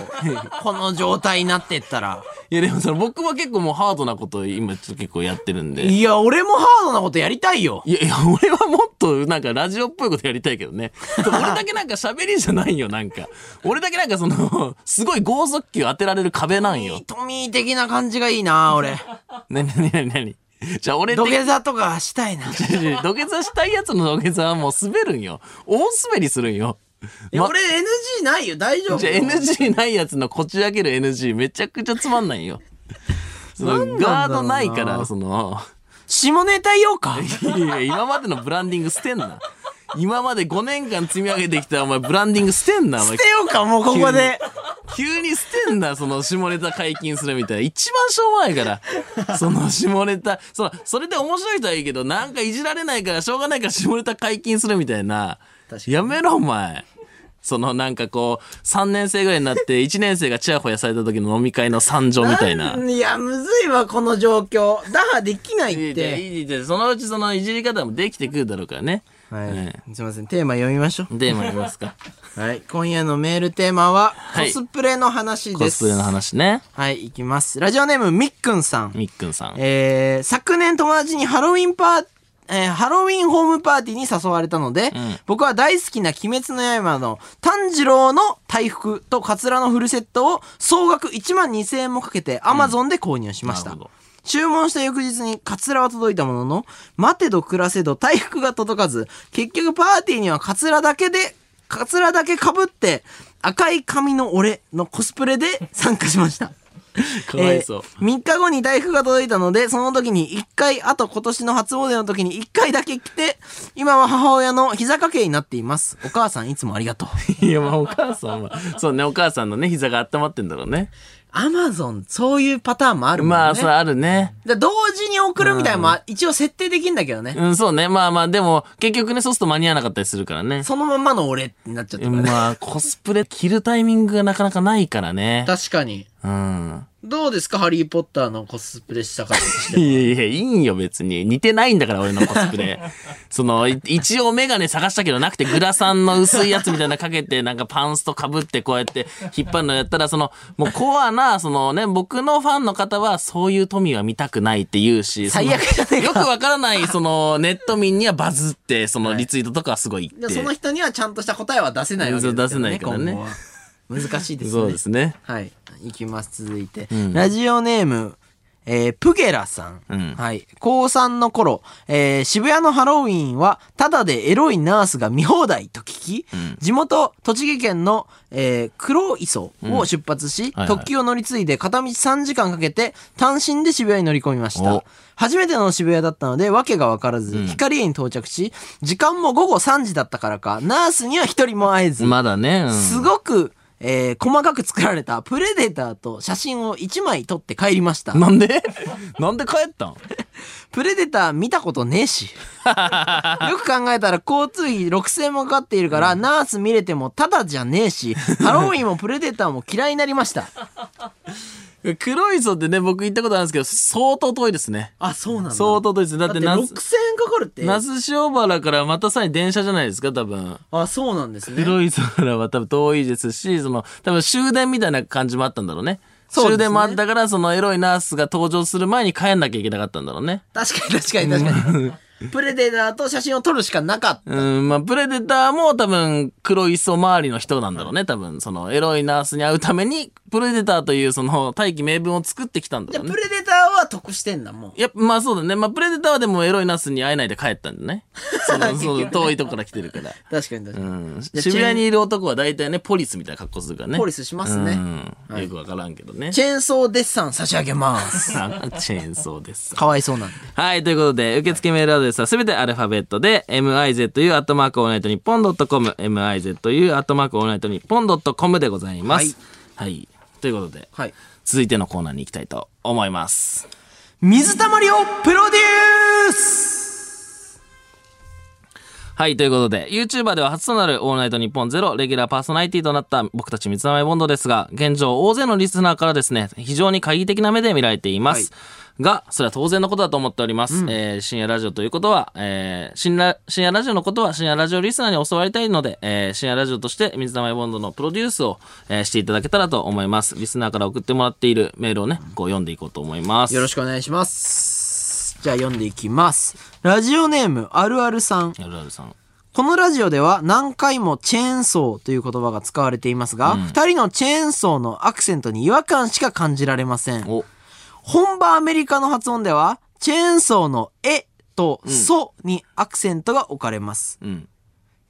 この状態になってったら。
いやでもその僕は結構もうハードなことを今ちょっと結構やってるんで。
いや、俺もハードなことやりたいよ。
いやいや、俺はもっとなんかラジオっぽいことやりたいけど ね。俺だけなんか喋りじゃないよ、なんか。俺だけなんかその、すごい剛速球当てられる壁なん よ。
トミー的な感じがいいな、俺。
なになになになにじゃあ俺
土
的
下座とかしたいな。い
土下座したいやつの土下座はもう滑るんよ。大滑りするんよ。
や
ま
俺 NG ないよ、大丈 夫。
じゃあ NG ないやつのこち上げる NG めちゃくちゃつまんない よ。そのガードないから、その、
下ネタ言おう か。
いやいや今までのブランディング捨てんな。今まで5年間積み上げてきたお前ブランディング捨てんな、お
捨
前
て。ようか、もうここで。
急に捨てんな、その下ネタ解禁するみたいな。一番しょうもないから。その下ネタ、その、それで面白い人はいいけど、なんかいじられないから、しょうがないから下ネタ解禁するみたいな。やめろ、お前。そのなんかこう、3年生ぐらいになって、1年生がチヤホヤされた時の飲み会の惨状みたいな。
いや、むずいわ、この状況。打破できない
い
っ
いやい
て。
いいいいいそのうちそのいじり方もできてくるだろうからね。
はい、
え
すいませんテーマ読みましょ
で、参りますか。
うはい今夜のメールテーマは、
はい
コスプレの話です
コスプレの話ね。
はいいきますラジオネームみっくんさん
みっくんさん。
えー昨年友達にハロウィンパーえーハロウィンホームパーティーに誘われたので、
ん
僕は大好きな鬼滅の刃の炭治郎の大福とカツラのフルセットを総額1万2000円もかけて Amazon で購入しました、
なるほど
注文した翌日にカツラは届いたものの、待てど暮らせど大福が届かず、結局パーティーにはカツラだけで、カツラだけ被って、赤い髪の俺のコスプレで参加しました。
かわいそう。
えー3日後に大福が届いたので、その時に1回、あと今年の初詣の時に1回だけ来て、今は母親の膝掛けになっています。お母さんいつもありがと う。
いや、まあお母さんは、そうね、お母さんのね、膝が温まってんだろうね。
アマゾン、そういうパターンもあるもんね。
まあ、そうあるね。
で同時に送るみたいなのも一応設定できんだけどね。
うん、そうね。まあまあ、でも、結局ね、そうすると間に合わなかったりするからね。
そのまんまの俺になっちゃったからね。
まあ、コスプレ着るタイミングがなかなかないからね。
確かに。
うん。
どうですかハリー・ポッターのコスプ レしたかったとして。
いやいや、いいんよ、別に。似てないんだから、俺のコスプ レ。その、い一応メガネ探したけどなくて、グラサンの薄いやつみたいなのかけて、なんかパンスト被って、こうやって引っ張るのやったら、その、もうコアな、そのね、僕のファンの方は、そういう富は見たくないって言うし、その
最悪じゃねえか
よくわからない、その、ネット民にはバズって、その、リツイートとかはすごい言
で
って。
その人にはちゃんとした答えは出せないわけですよ
そう出せな
ね。
いからね
今後は難しいですね。
そうですね。
はい。いきます。続いて。
ん
ラジオネーム、えープゲラさん。
うん
はい。高3の頃、えー渋谷のハロウィーンは、ただでエロいナースが見放題と聞き、地元、栃木県の、えー黒磯を出発し、
はいはい
特急を乗り継いで片道3時間かけて、単身で渋谷に乗り込みました
お。
初めての渋谷だったので、訳がわからず、光栄に到着し、時間も午後3時だったからか、ナースには一人も会えず、
まだね。うん
すごく、えー細かく作られたプレデターと写真を1枚撮って帰りました。
なんで なんで帰ったん
プレデター見たことねえ し。よく考えたら交通費6000円もかかっているから、ナース見れてもタダじゃねえし、ハロウィンもプレデターも嫌いになりました。
黒磯ってね、僕行ったことあるんですけど、相当遠いですね。
あ、そうなんだ
相当遠いです。だって、那須、
円かかるって
那須塩原からまたさらに電車じゃないですか、多分。
あ、そうなんですね。
黒磯からは多分遠いですし、その、多分終電みたいな感じもあったんだろうね。
そうで
終
すね
電もあったから、そのエロいナースが登場する前に帰んなきゃいけなかったんだろうね。
確かに確かに確かに。プレデターと写真を撮るしかなかった。
うん、まあ、プレデターも多分、黒磯周りの人なんだろうね、多分。その、エロいナースに会うために、プレデターという、その、大器名分を作ってきたんだ
じゃ
ろ
あ
うね
プ。レデターは得してんだ、もう。
いや、まあそうだね。まあ、プレデターはでもエロいナスに会えないで帰ったんだね。そ の、その遠いとこから来てるから。
確かに確かに。
うん。
や
渋谷にいる男は大体ね、ポリスみたいな格好するからね。
ポリスしますね
うん
はい
よくわからんけどね。
チェーンソーデッサン差し上げます。
あチェーンソーです。
かわいそうなんで。
はい、ということで、受付メールアドレスはすべてアルファベットで、mizu アットマークオールナイトニッポンドットコム、mizu アットマークオールナイトニッポンドットコムでございます。はい。ということで、
はい。
続いてのコーナーに行きたいと思います。
水たまりをプロデュース
はい、ということで、YouTuber では初となるオールナイトニッポンゼロ、レギュラーパーソナリティとなった僕たち三つ名ボンドですが、現状大勢のリスナーからですね、非常に懐疑的な目で見られています。が、それは当然のことだと思っております。えー深夜ラジオということは、えー深夜深夜ラジオのことは深夜ラジオリスナーに教わりたいので、えー深夜ラジオとして水溜りボンドのプロデュースを、えーしていただけたらと思います。リスナーから送ってもらっているメールをね、こう読んでいこうと思います。
よろしくお願いします。じゃあ読んでいきます。ラジオネームあるあるさん。
やるあるさん。
このラジオでは何回もチェーンソーという言葉が使われていますが、二、人のチェーンソーのアクセントに違和感しか感じられません。
お、
本場アメリカの発音では、チェーンソーのえとソにアクセントが置かれます。
うん。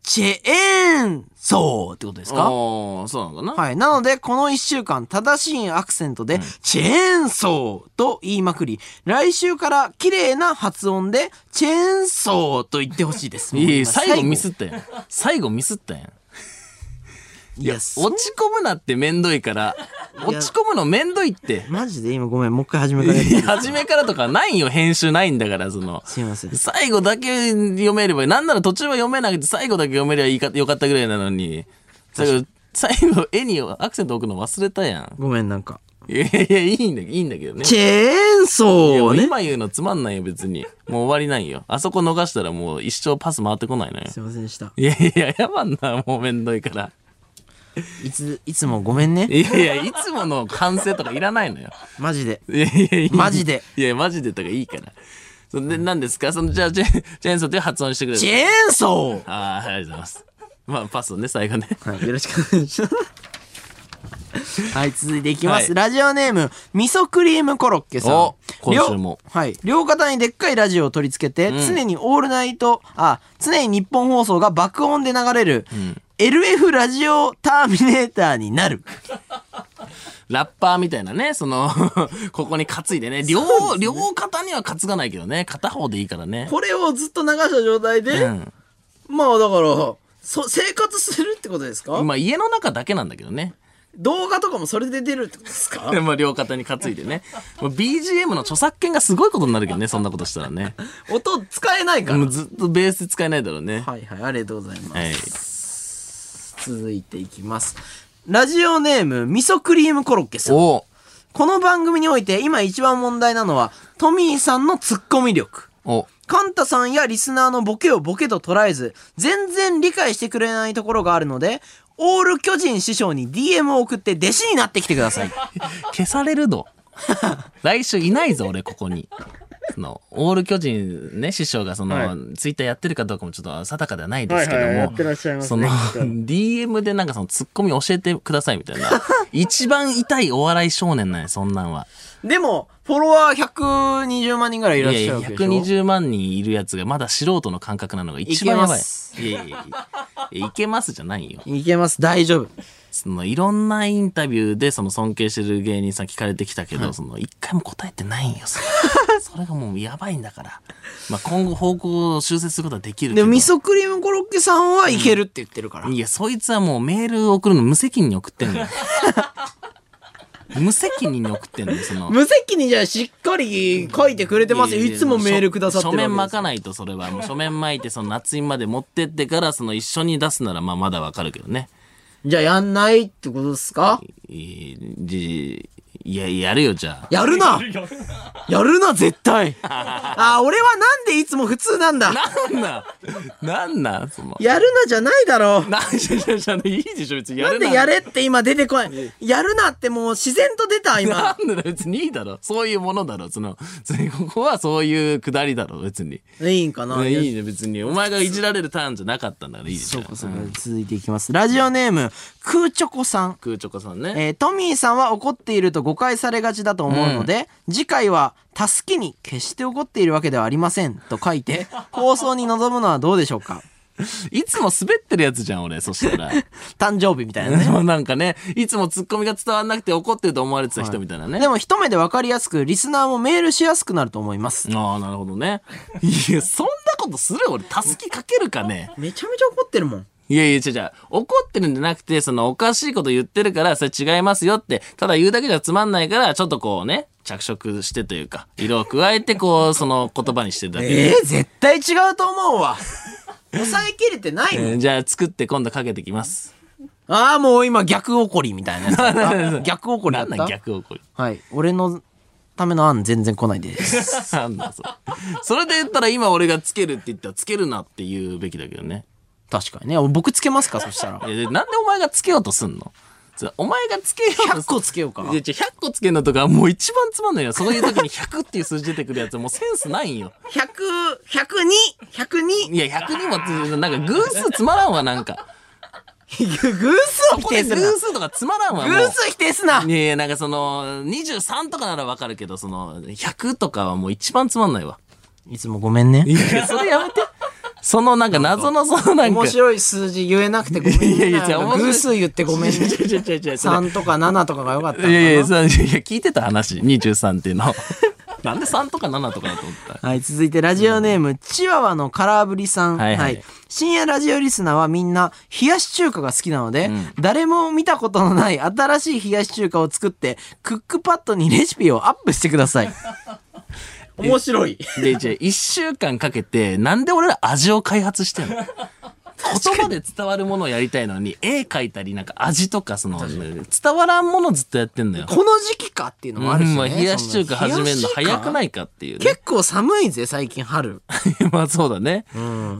チェーンソーってことですか
おーそうなのかな、
はい。なので、この一週間、正しいアクセントで、チェーンソーと言いまくり、来週から綺麗な発音で、チェーンソーと言ってほし いです。
いやいや最後ミス
い
ったやん。最後ミスったやん。
や、そ
落ち込むなってめんどいから、落ち込むのめんどいって。
マジで今ごめん、もう一回始めからやっ
いや
て。
初めからとかないよ、編集ないんだから、その。
すいません。
最後だけ読めればいい。なんなら途中は読めなくて、最後だけ読めればいいかよかったぐらいなのに。最後、最後、絵にアクセント置くの忘れたやん。
ごめん、なんか、
いやいや、いいんだけど、いいんだけどね。
チェーン
いや
ソ
も
ー
う
ね。
今言うのつまんないよ、別に。もう終わりないよ。あそこ逃したらもう一生パス回ってこないのよ。
すいませんでした。
いやいや、謝んな、もうめんどいから。
いつ、いつもごめんね。
いやいや、いつもの反省とかいらないのよ。
マジで。
いやいやいや
マジで。
いや、マジでとかいいから。そんで、何ですかその、じゃあ、チェーンチェーンソーって発音してくれ
チ
る。
ェーンソ
ああ、ありがとうございます。まあ、パスをね、最後ね。
ーはい、よろしくお願いします。はい、続いていきます。
はい
ラジオネーム、味噌クリームコロッケさん。
お今週
両
も
はい。両肩にでっかいラジオを取り付けて、常にオールナイト、あ、常に日本放送が爆音で流れる、LF ラジオターミネーターに なる。
ラッパーみたいなね、その、 ここに担いでね、両、両肩には担がないけどね、片方でいいからね。
これをずっと流した状態で、
うん。
まあだから、そ生活するってことですか、
まあ、家の中だけなんだけどね。
動画とかもそれで出るってことですか
まあ、両肩に担いでね。もう BGM の著作権がすごいことになるけどね、そんなことしたら ね。
音使えないから。
も
は
うずっとベース使えないだろうね。
いはい、ありがとうございます。
はい。
続いていきます。ラジオネーム、味噌クリームコロッケさん。
お
この番組において今一番問題なのは、トミーさんのツッコミ力。
お
カンタさんやリスナーのボケをボケと捉えず、全然理解してくれないところがあるので、オール巨人師匠に DM を送って弟子になってきてください。
消されるぞ。来週いないぞ、俺、ここに。その、オール巨人ね、師匠がその、ツイッターやってるかどうかもちょっと定かではないですけども、その、DM でなんかその、ツッコミ教えてくださいみたい な。一番痛いお笑い少年なんや、そんなんは。
でも、フォロワー120万人ぐらいい
い
ら
や
っし
い
ゃる
や、
わけでしょ
120万人いるやつが、まだ素人の感覚なのが一番やばい。いやいやいや、いけますじゃないよ。
いけます、大丈夫。
そのいろんなインタビューでその尊敬してる芸人さん聞かれてきたけど、その一回も答えてないんよ。それそれ がもうやばいんだから。まあ今後方向を修正することはできるけ
で
ど。
も、味噌クリームコロッケさんはいけるって言ってるから。
いや、そいつはもうメール送るの無責任に送って んのよ。無責任に送ってんのよ、その。
無責任じゃあしっかり書いてくれてますよ。
やや
いつもメールくださってる
書
わけです
面巻かないとそれはもう書面巻いてその夏印まで持ってってからその一緒に出すならまあまだわかるけどね
じゃあやんないってことですか
いいじいややるよじゃあ
やるなやるな、絶 対あー、俺はなんでいつも普通なんだ
なんなんなんなんその。
やるなじゃないだろう。
なんじゃじゃじゃいいでしょ別にや
な
る
んでや
れ
れって今出てこない。やるなってもう自然と出た、
な
今。
んでだ別にいいだろそういうものだろそのそれここはそういうくだりだろ別に
いいんかない
いね別にお前がいじられるターンじゃなかったんだからいいでし
そ
ょ
うかそうか、続いていきます。ラジオネーム、空チョコさん。
空チョコさんね
えートミーさんは怒っていると誤解されがちだと思うので、次回は「助けに決して怒っているわけではありません」と書い て放送に臨むのはどうでしょうか
いつも滑ってるやつじゃん俺そした ら
誕生日みたいなね
もう なんかねいつもツッコミが伝わんなくて怒ってると思われてた人みたいなね、
でも一目で分かりやすくリスナーもメールしやすくなると思います
ああなるほどねいやそんなことする俺たすきかけるかね
めちゃめちゃ怒ってるもん
いやいや、違う違う。怒ってるんじゃなくて、その、おかしいこと言ってるから、それ違いますよって、ただ言うだけじゃつまんないから、ちょっとこうね、着色してというか、色を加えて、 こう、その言葉にしてるだけで。
えー、絶対違うと思うわ 抑えきれてないもん
えーじゃあ、作って今度かけてきます。
ああもう今逆怒りみたいなやつ だった逆怒りだ
な
っ
んなん
た
逆怒り。
はい俺のための案全然来ないで す
なんだそれ。それで言ったら、今俺がつけるって言ったら、つけるなって言うべきだけどね。
確かにね僕つけますかそしたら
いやでなんでお前がつけようとすんのそれお前がつけようと
100
す
個つけようか
いや違う100個つけるのとかもう一番つまんないよ。そういう時に100っていう数字出てくるやつはもうセンスないんよ。
100,102,102!
いや、100人もつ、なんか偶数つまらんわ、なんか。
偶数を
こ
否
こ
定
です
るな
偶数とかつまらんわ、も
偶
う。
数否定すない
やいや、なんかその、23とかならわかるけど、その、100とかはもう一番つまんないわ。
いつもごめんね。
いや、それやめて。そのなんか謎のそのなんか。
面白い数字言えなくてごめんね。
いやいやいや面白い
偶数言ってごめんね。
い。違う違う違う。それ
3とか7とかがよかったのか
い
な
やいや、それいやいや聞いてた話、23っていうの。 なんで3とか7とかだと思った
はい、続いてラジオネーム、チワワのカラーブリさん。
はいはい
深夜ラジオリスナーはみんな、冷やし中華が好きなので、誰も見たことのない新しい冷やし中華を作って、クックパッドにレシピをアップしてください。面白い。
で、じゃあ1週間かけて、なんで俺ら味を開発してんの言葉で伝わるものをやりたいのに、絵描いたり、なんか味とか、その、伝わらんものずっとやってんのよ。
この時期かっていうのもある
う
し、
ん
ね
まあ冷やし中華始めるの早くないいかっていうね。
結構寒いぜ、最近春。
まあそうだね。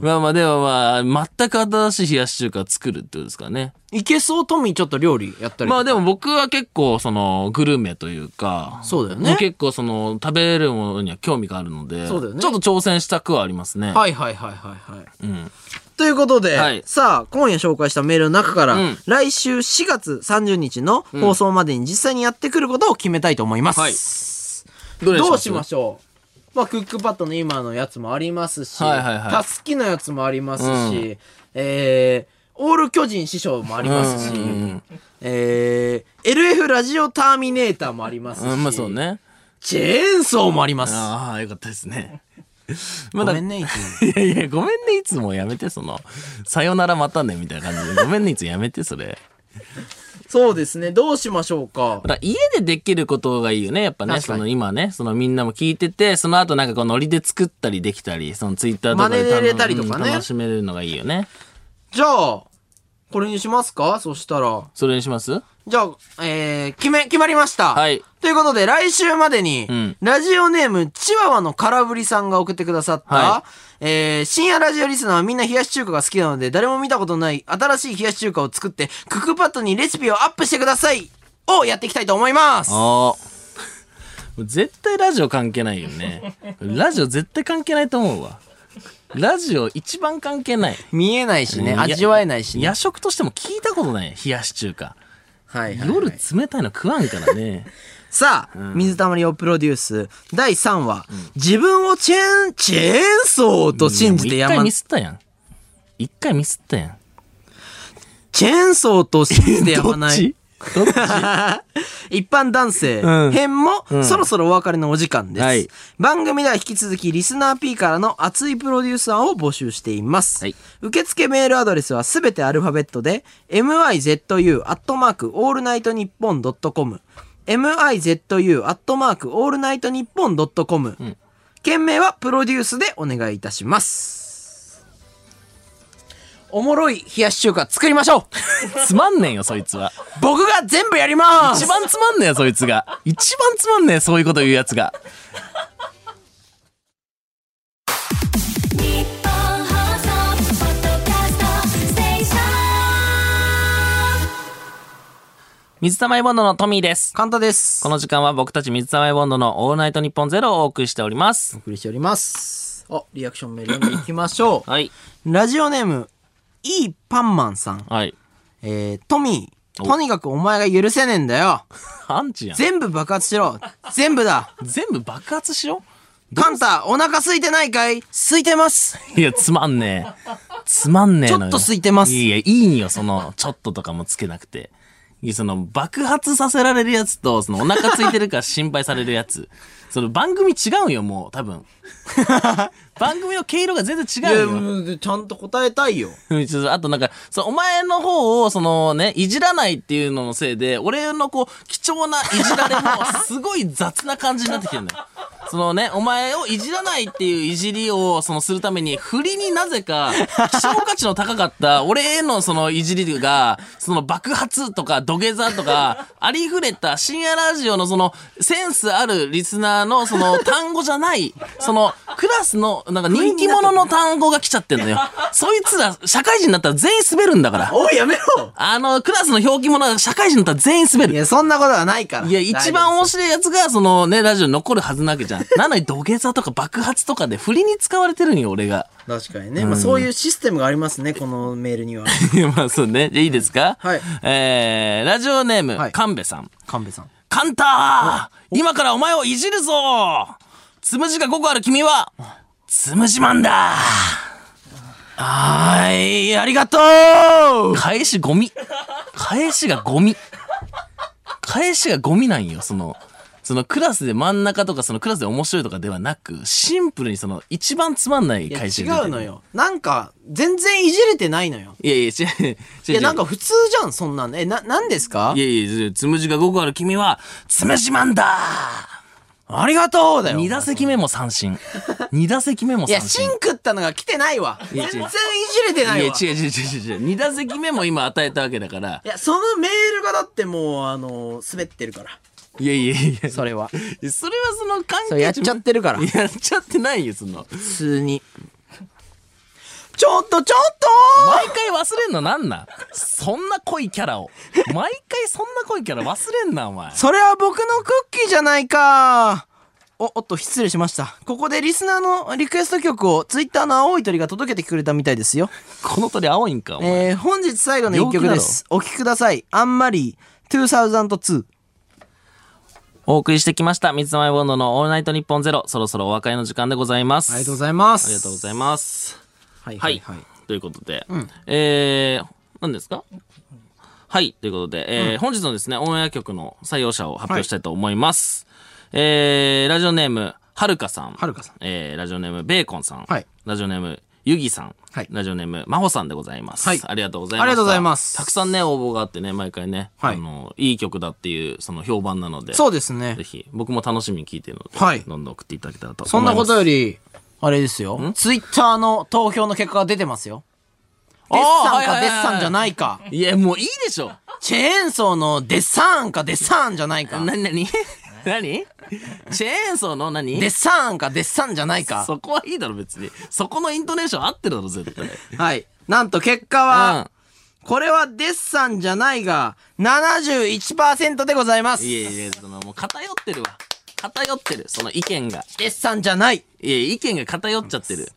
まあまあでもまあ、全く新しい冷やし中華作るってことですからね。
いけそう、トミーちょっと料理やったりとか。
まあでも僕は結構そのグルメというか、
そうだよね
結構その食べるものには興味があるので、
そうだよね
ちょっと挑戦したくはありますね。
はいはいはいはいはい。
うん。
ということで、
はい
さあ、今夜紹介したメールの中から、
うん
来週4月30日の放送までに実際にやってくることを決めたいと思います。
はいど
ど
れにします
うしましょうまあ、クックパッドの今のやつもありますし、
はいはいはい
タスキのやつもありますし、えー、オール巨人師匠もありますし、
うんうん
えー、LF ラジオターミネーターもありますし、
うん、まあそうね。
チェーンソーもあります。
ああ、よかったですね。ま
ご
だ
めんね、いつ も
いやいや、ごめんね、いつもやめて、その、さよならまたね、みたいな感じで。ごめんね、いつもやめて、それ。
そうですね、どうしましょうか。
まあ家でできることがいいよね。やっぱね、
確か
そ
に
の今ね、そのみんなも聞いてて、その後なんかこうノリで作ったりできたり、そのツイッターとかで
真似れたりとかね
うん楽しめるのがいいよね。
じゃあ、これにしますかそしたら。
それにします
じゃあ、えー、決め、決まりました。
はい。
ということで、来週までに、
うん
ラジオネーム、チワワの空振りさんが送ってくださった、
は
えー、深夜ラジオリスナーはみんな冷やし中華が好きなので、誰も見たことない新しい冷やし中華を作って、クックパッドにレシピをアップしてくださいをやっていきたいと思います
ああ。絶対ラジオ関係ないよね。ラジオ絶対関係ないと思うわ。ラジオ一番関係ない。
見えないしね、
うん
味わえないしね。
夜食としても聞いたことない。冷やし中華。
はいはいはい
夜冷たいの食わんからね。
さあ、水たまりをプロデュース第3話、自分をチェーン、チェーンソーと信じて
もう一回
山、
ミ
チ
スったやん。一回ミスったやん。
ェーンソーと信じてや
ど
ま
っ
な
ち
い。
どっち
一般男性
うん
編も、そろそろお別れのお時間です、
はい
番組では引き続きリスナー P からの熱いプロデューサーを募集しています、
はい
受付メールアドレスはすべてアルファベットで mizu アットマークオールナイトニッポンドットコム mizu アットマークオールナイトニッポンドットコム件名はプロデュースでお願いいたしますおもろい冷やし中華作りまし ょう
つまんねんよ、そいつは。
僕が全部やります
一番つまんねえよそいつが一番つまんねえそういうこと言うやつが
日本放送ポッドキャストステーション
水溜りボンドのトミーです
簡単です
この時間は僕たち水溜りボンドのオールナイトニッポンゼロをお送りしております
お送りしております。あ、リアクションメール読んでいきましょう。
はい
ラジオネーム、いいパンマンさん。
はい
えー、トミー、
お
とにかくお前が許せねえんだよ。
アンチやん
全部爆発しろ。全部だ。
全部爆発しろ
カンタ、お腹空いてないかい空いてます。
いやつまんねえつまんねえのよ
ちょっと空いてます
いやいやいいよそのちょっととかもつけなくていやその爆発させられるやつとそのお腹ついてるか心配されるやつその番組違うよもう多 分番組の毛色が全然違うよ
ちゃんと答えたいよ。
うんちょっとあとなんか、そうお前の方を、そのね、いじらないっていうののせいで、俺のこう、貴重ないじられも、すごい雑な感じになってきてるんだよ。そのね、お前をいじらないっていういじりを、そのするために、振りになぜか、希少価値の高かった、俺へのそのいじりが、その爆発とか土下座とか、 ありふれた深夜ラジオのその、センスあるリスナーのその単語じゃない、その、クラスの、なんか人気者の単語が来ちゃってんのよ。 そいつら、社会人になったら全員滑るんだから。
おい、やめろ
あの、クラスの表記者は社会人になったら全員滑
い
る。
や、そんなことはないから。
いや、一番面白いやつが、そのね、ラジオに残るはずなわけじ ゃん。なのに土下座とか爆発とかで振りに使われてるんよ、俺が。
大丈夫です。確かにね。まあ、そういうシステムがありますね、このメールには。
いや、まあそうね。じゃあいいですか
はい
えー、ラジオネーム、
はい
神戸さん。
神戸さん。
カンター今からお前をいじるぞつむじが5個ある君は、つむじマンだ
はーい、ありがとう
返しゴミ。返しがゴミ。返しがゴミなんよ、その。そのクラスで真ん中とかそのクラスで面白いとかではなく、シンプルにその一番つまんない
いや、
返し
違
が出てる
うの。よ。なんか、全然いじれてないのよ。
いやいや、違う違う。
い
違
や、
う
なんか普通じゃん、そんなん。え、な、なんですか
いやいや、つむじが5個ある君は、つむじマンだ
ありがとうだよ。
2打席目も三 振。2打席目も
いや、
三振
芯。食ったのが来てないわ。
いや
全
違う
然いじれてないわ。
違う違う違う違う。2打席目も今与えたわけだから
い。や、そのメールがだってもう、あの、滑ってるから。
いやいやいや。
それは。
それはその関係
それやっちゃってるから。普
やっちゃってないよ、その。
通に。ちょっとちょっと
毎回忘れんのなんなんそんな濃いキャラを。毎回そんな濃いキャラ忘れんな、お前。
それは僕のクッキーじゃないか。お、おっと、失礼しました。ここでリスナーのリクエスト曲をツイッターの青い鳥が届けてくれたみたいですよ。
この鳥青いんか、お前。
えー、本日最後の一曲です。お聴きください。あんまり2002。
お送りしてきました、水溜りボンドのオールナイトニッポンゼロ。そろそろお別れの時間でございます。いま
ざいます
ありがとうござい
ま
ます。
す。はい
は
はいい、はい。
ということで、えー、何ですかはい、ということで、えー本日のですね、オンエア局の採用者を発表したいと思います。えー、ラジオネーム、はるかさん。
はるかさん
えー、ラジオネーム、ベーコンさん。
はい
ラジオネーム、ゆぎさん。
はい
ラジオネーム、まほさんでございます。
はい
ありがとうございます。
ありがとうございます
たくさんね、応募があってね、毎回ね、
はい
あの、いい曲だっていう、その評判なので。
そうですね
ぜ。ひ、僕も楽しみに聞いてるので、
はい
どんどん送っていただけたらと思います。
そんなことより、あれですよ。ツイッターの投票の結果が出てますよ。
あ
デッ
ー
サン
は
か
いはい
デ
はい
ッサンじゃないか。
いや、もういいでしょ。
チェーンソーのデッサンかデッサンじゃないか。
な になに何チェーンソーの何
デッサンかデッサンじゃないか。
そこはいいだろ別にそこのイントネーション合ってるだろ絶対
はい。なんと結果
う
は
ん、
これはデッサンじゃないが、71%でございます。
いやいやそのもう偏ってるわ偏ってるその意見が
デッサンじゃない。
いや意見が偏っちゃってる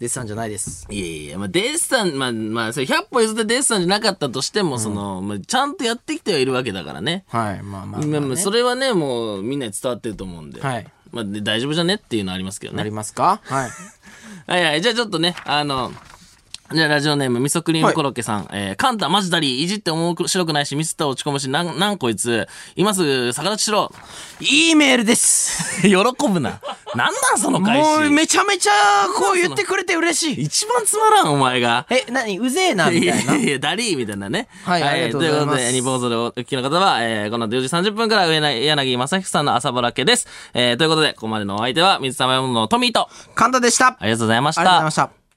デッサンじゃないです。
いやいや、まあ、デッサンまあまあそれ100歩譲ってデッサンじゃなかったとしても、その、まあ、ちゃんとやってきてはいるわけだからね
はい、まあ
ま
まあ、ま
あ
あ
まあ
ね
それはねもうみんなに伝わってると思うんで,、
はい
まあ、で大丈夫じゃねっていうのはありますけど
なり
ね
ますかはい。
はいはいじゃあちょっとねあのじゃあラジオネームみそクリームコロッケさん、えー、カンタマジだりいじって面白くないしミスったら落ち込むしなんなんこいつ今すぐ逆立ちしろ
いいメールで す。
喜ぶな。なんなんその返
もう
し。
めちゃめちゃこう言ってくれて嬉しい。
一番つまらん、お前が。
え、なにうぜえな、み
い
た
や
い
い
な
や。いや、ダリーみたいなね。
はいありがとうござい
とい
ます
うことで、日本放送でお聞きの方は、えー、この後4時30分から上柳正彦さんの朝ぼらけです。えー、ということで、ここまでのお相手は、水溜りボンドのトミーと、
簡単でした。あり
ありがとうございまし
がとうござい
た
まし。た。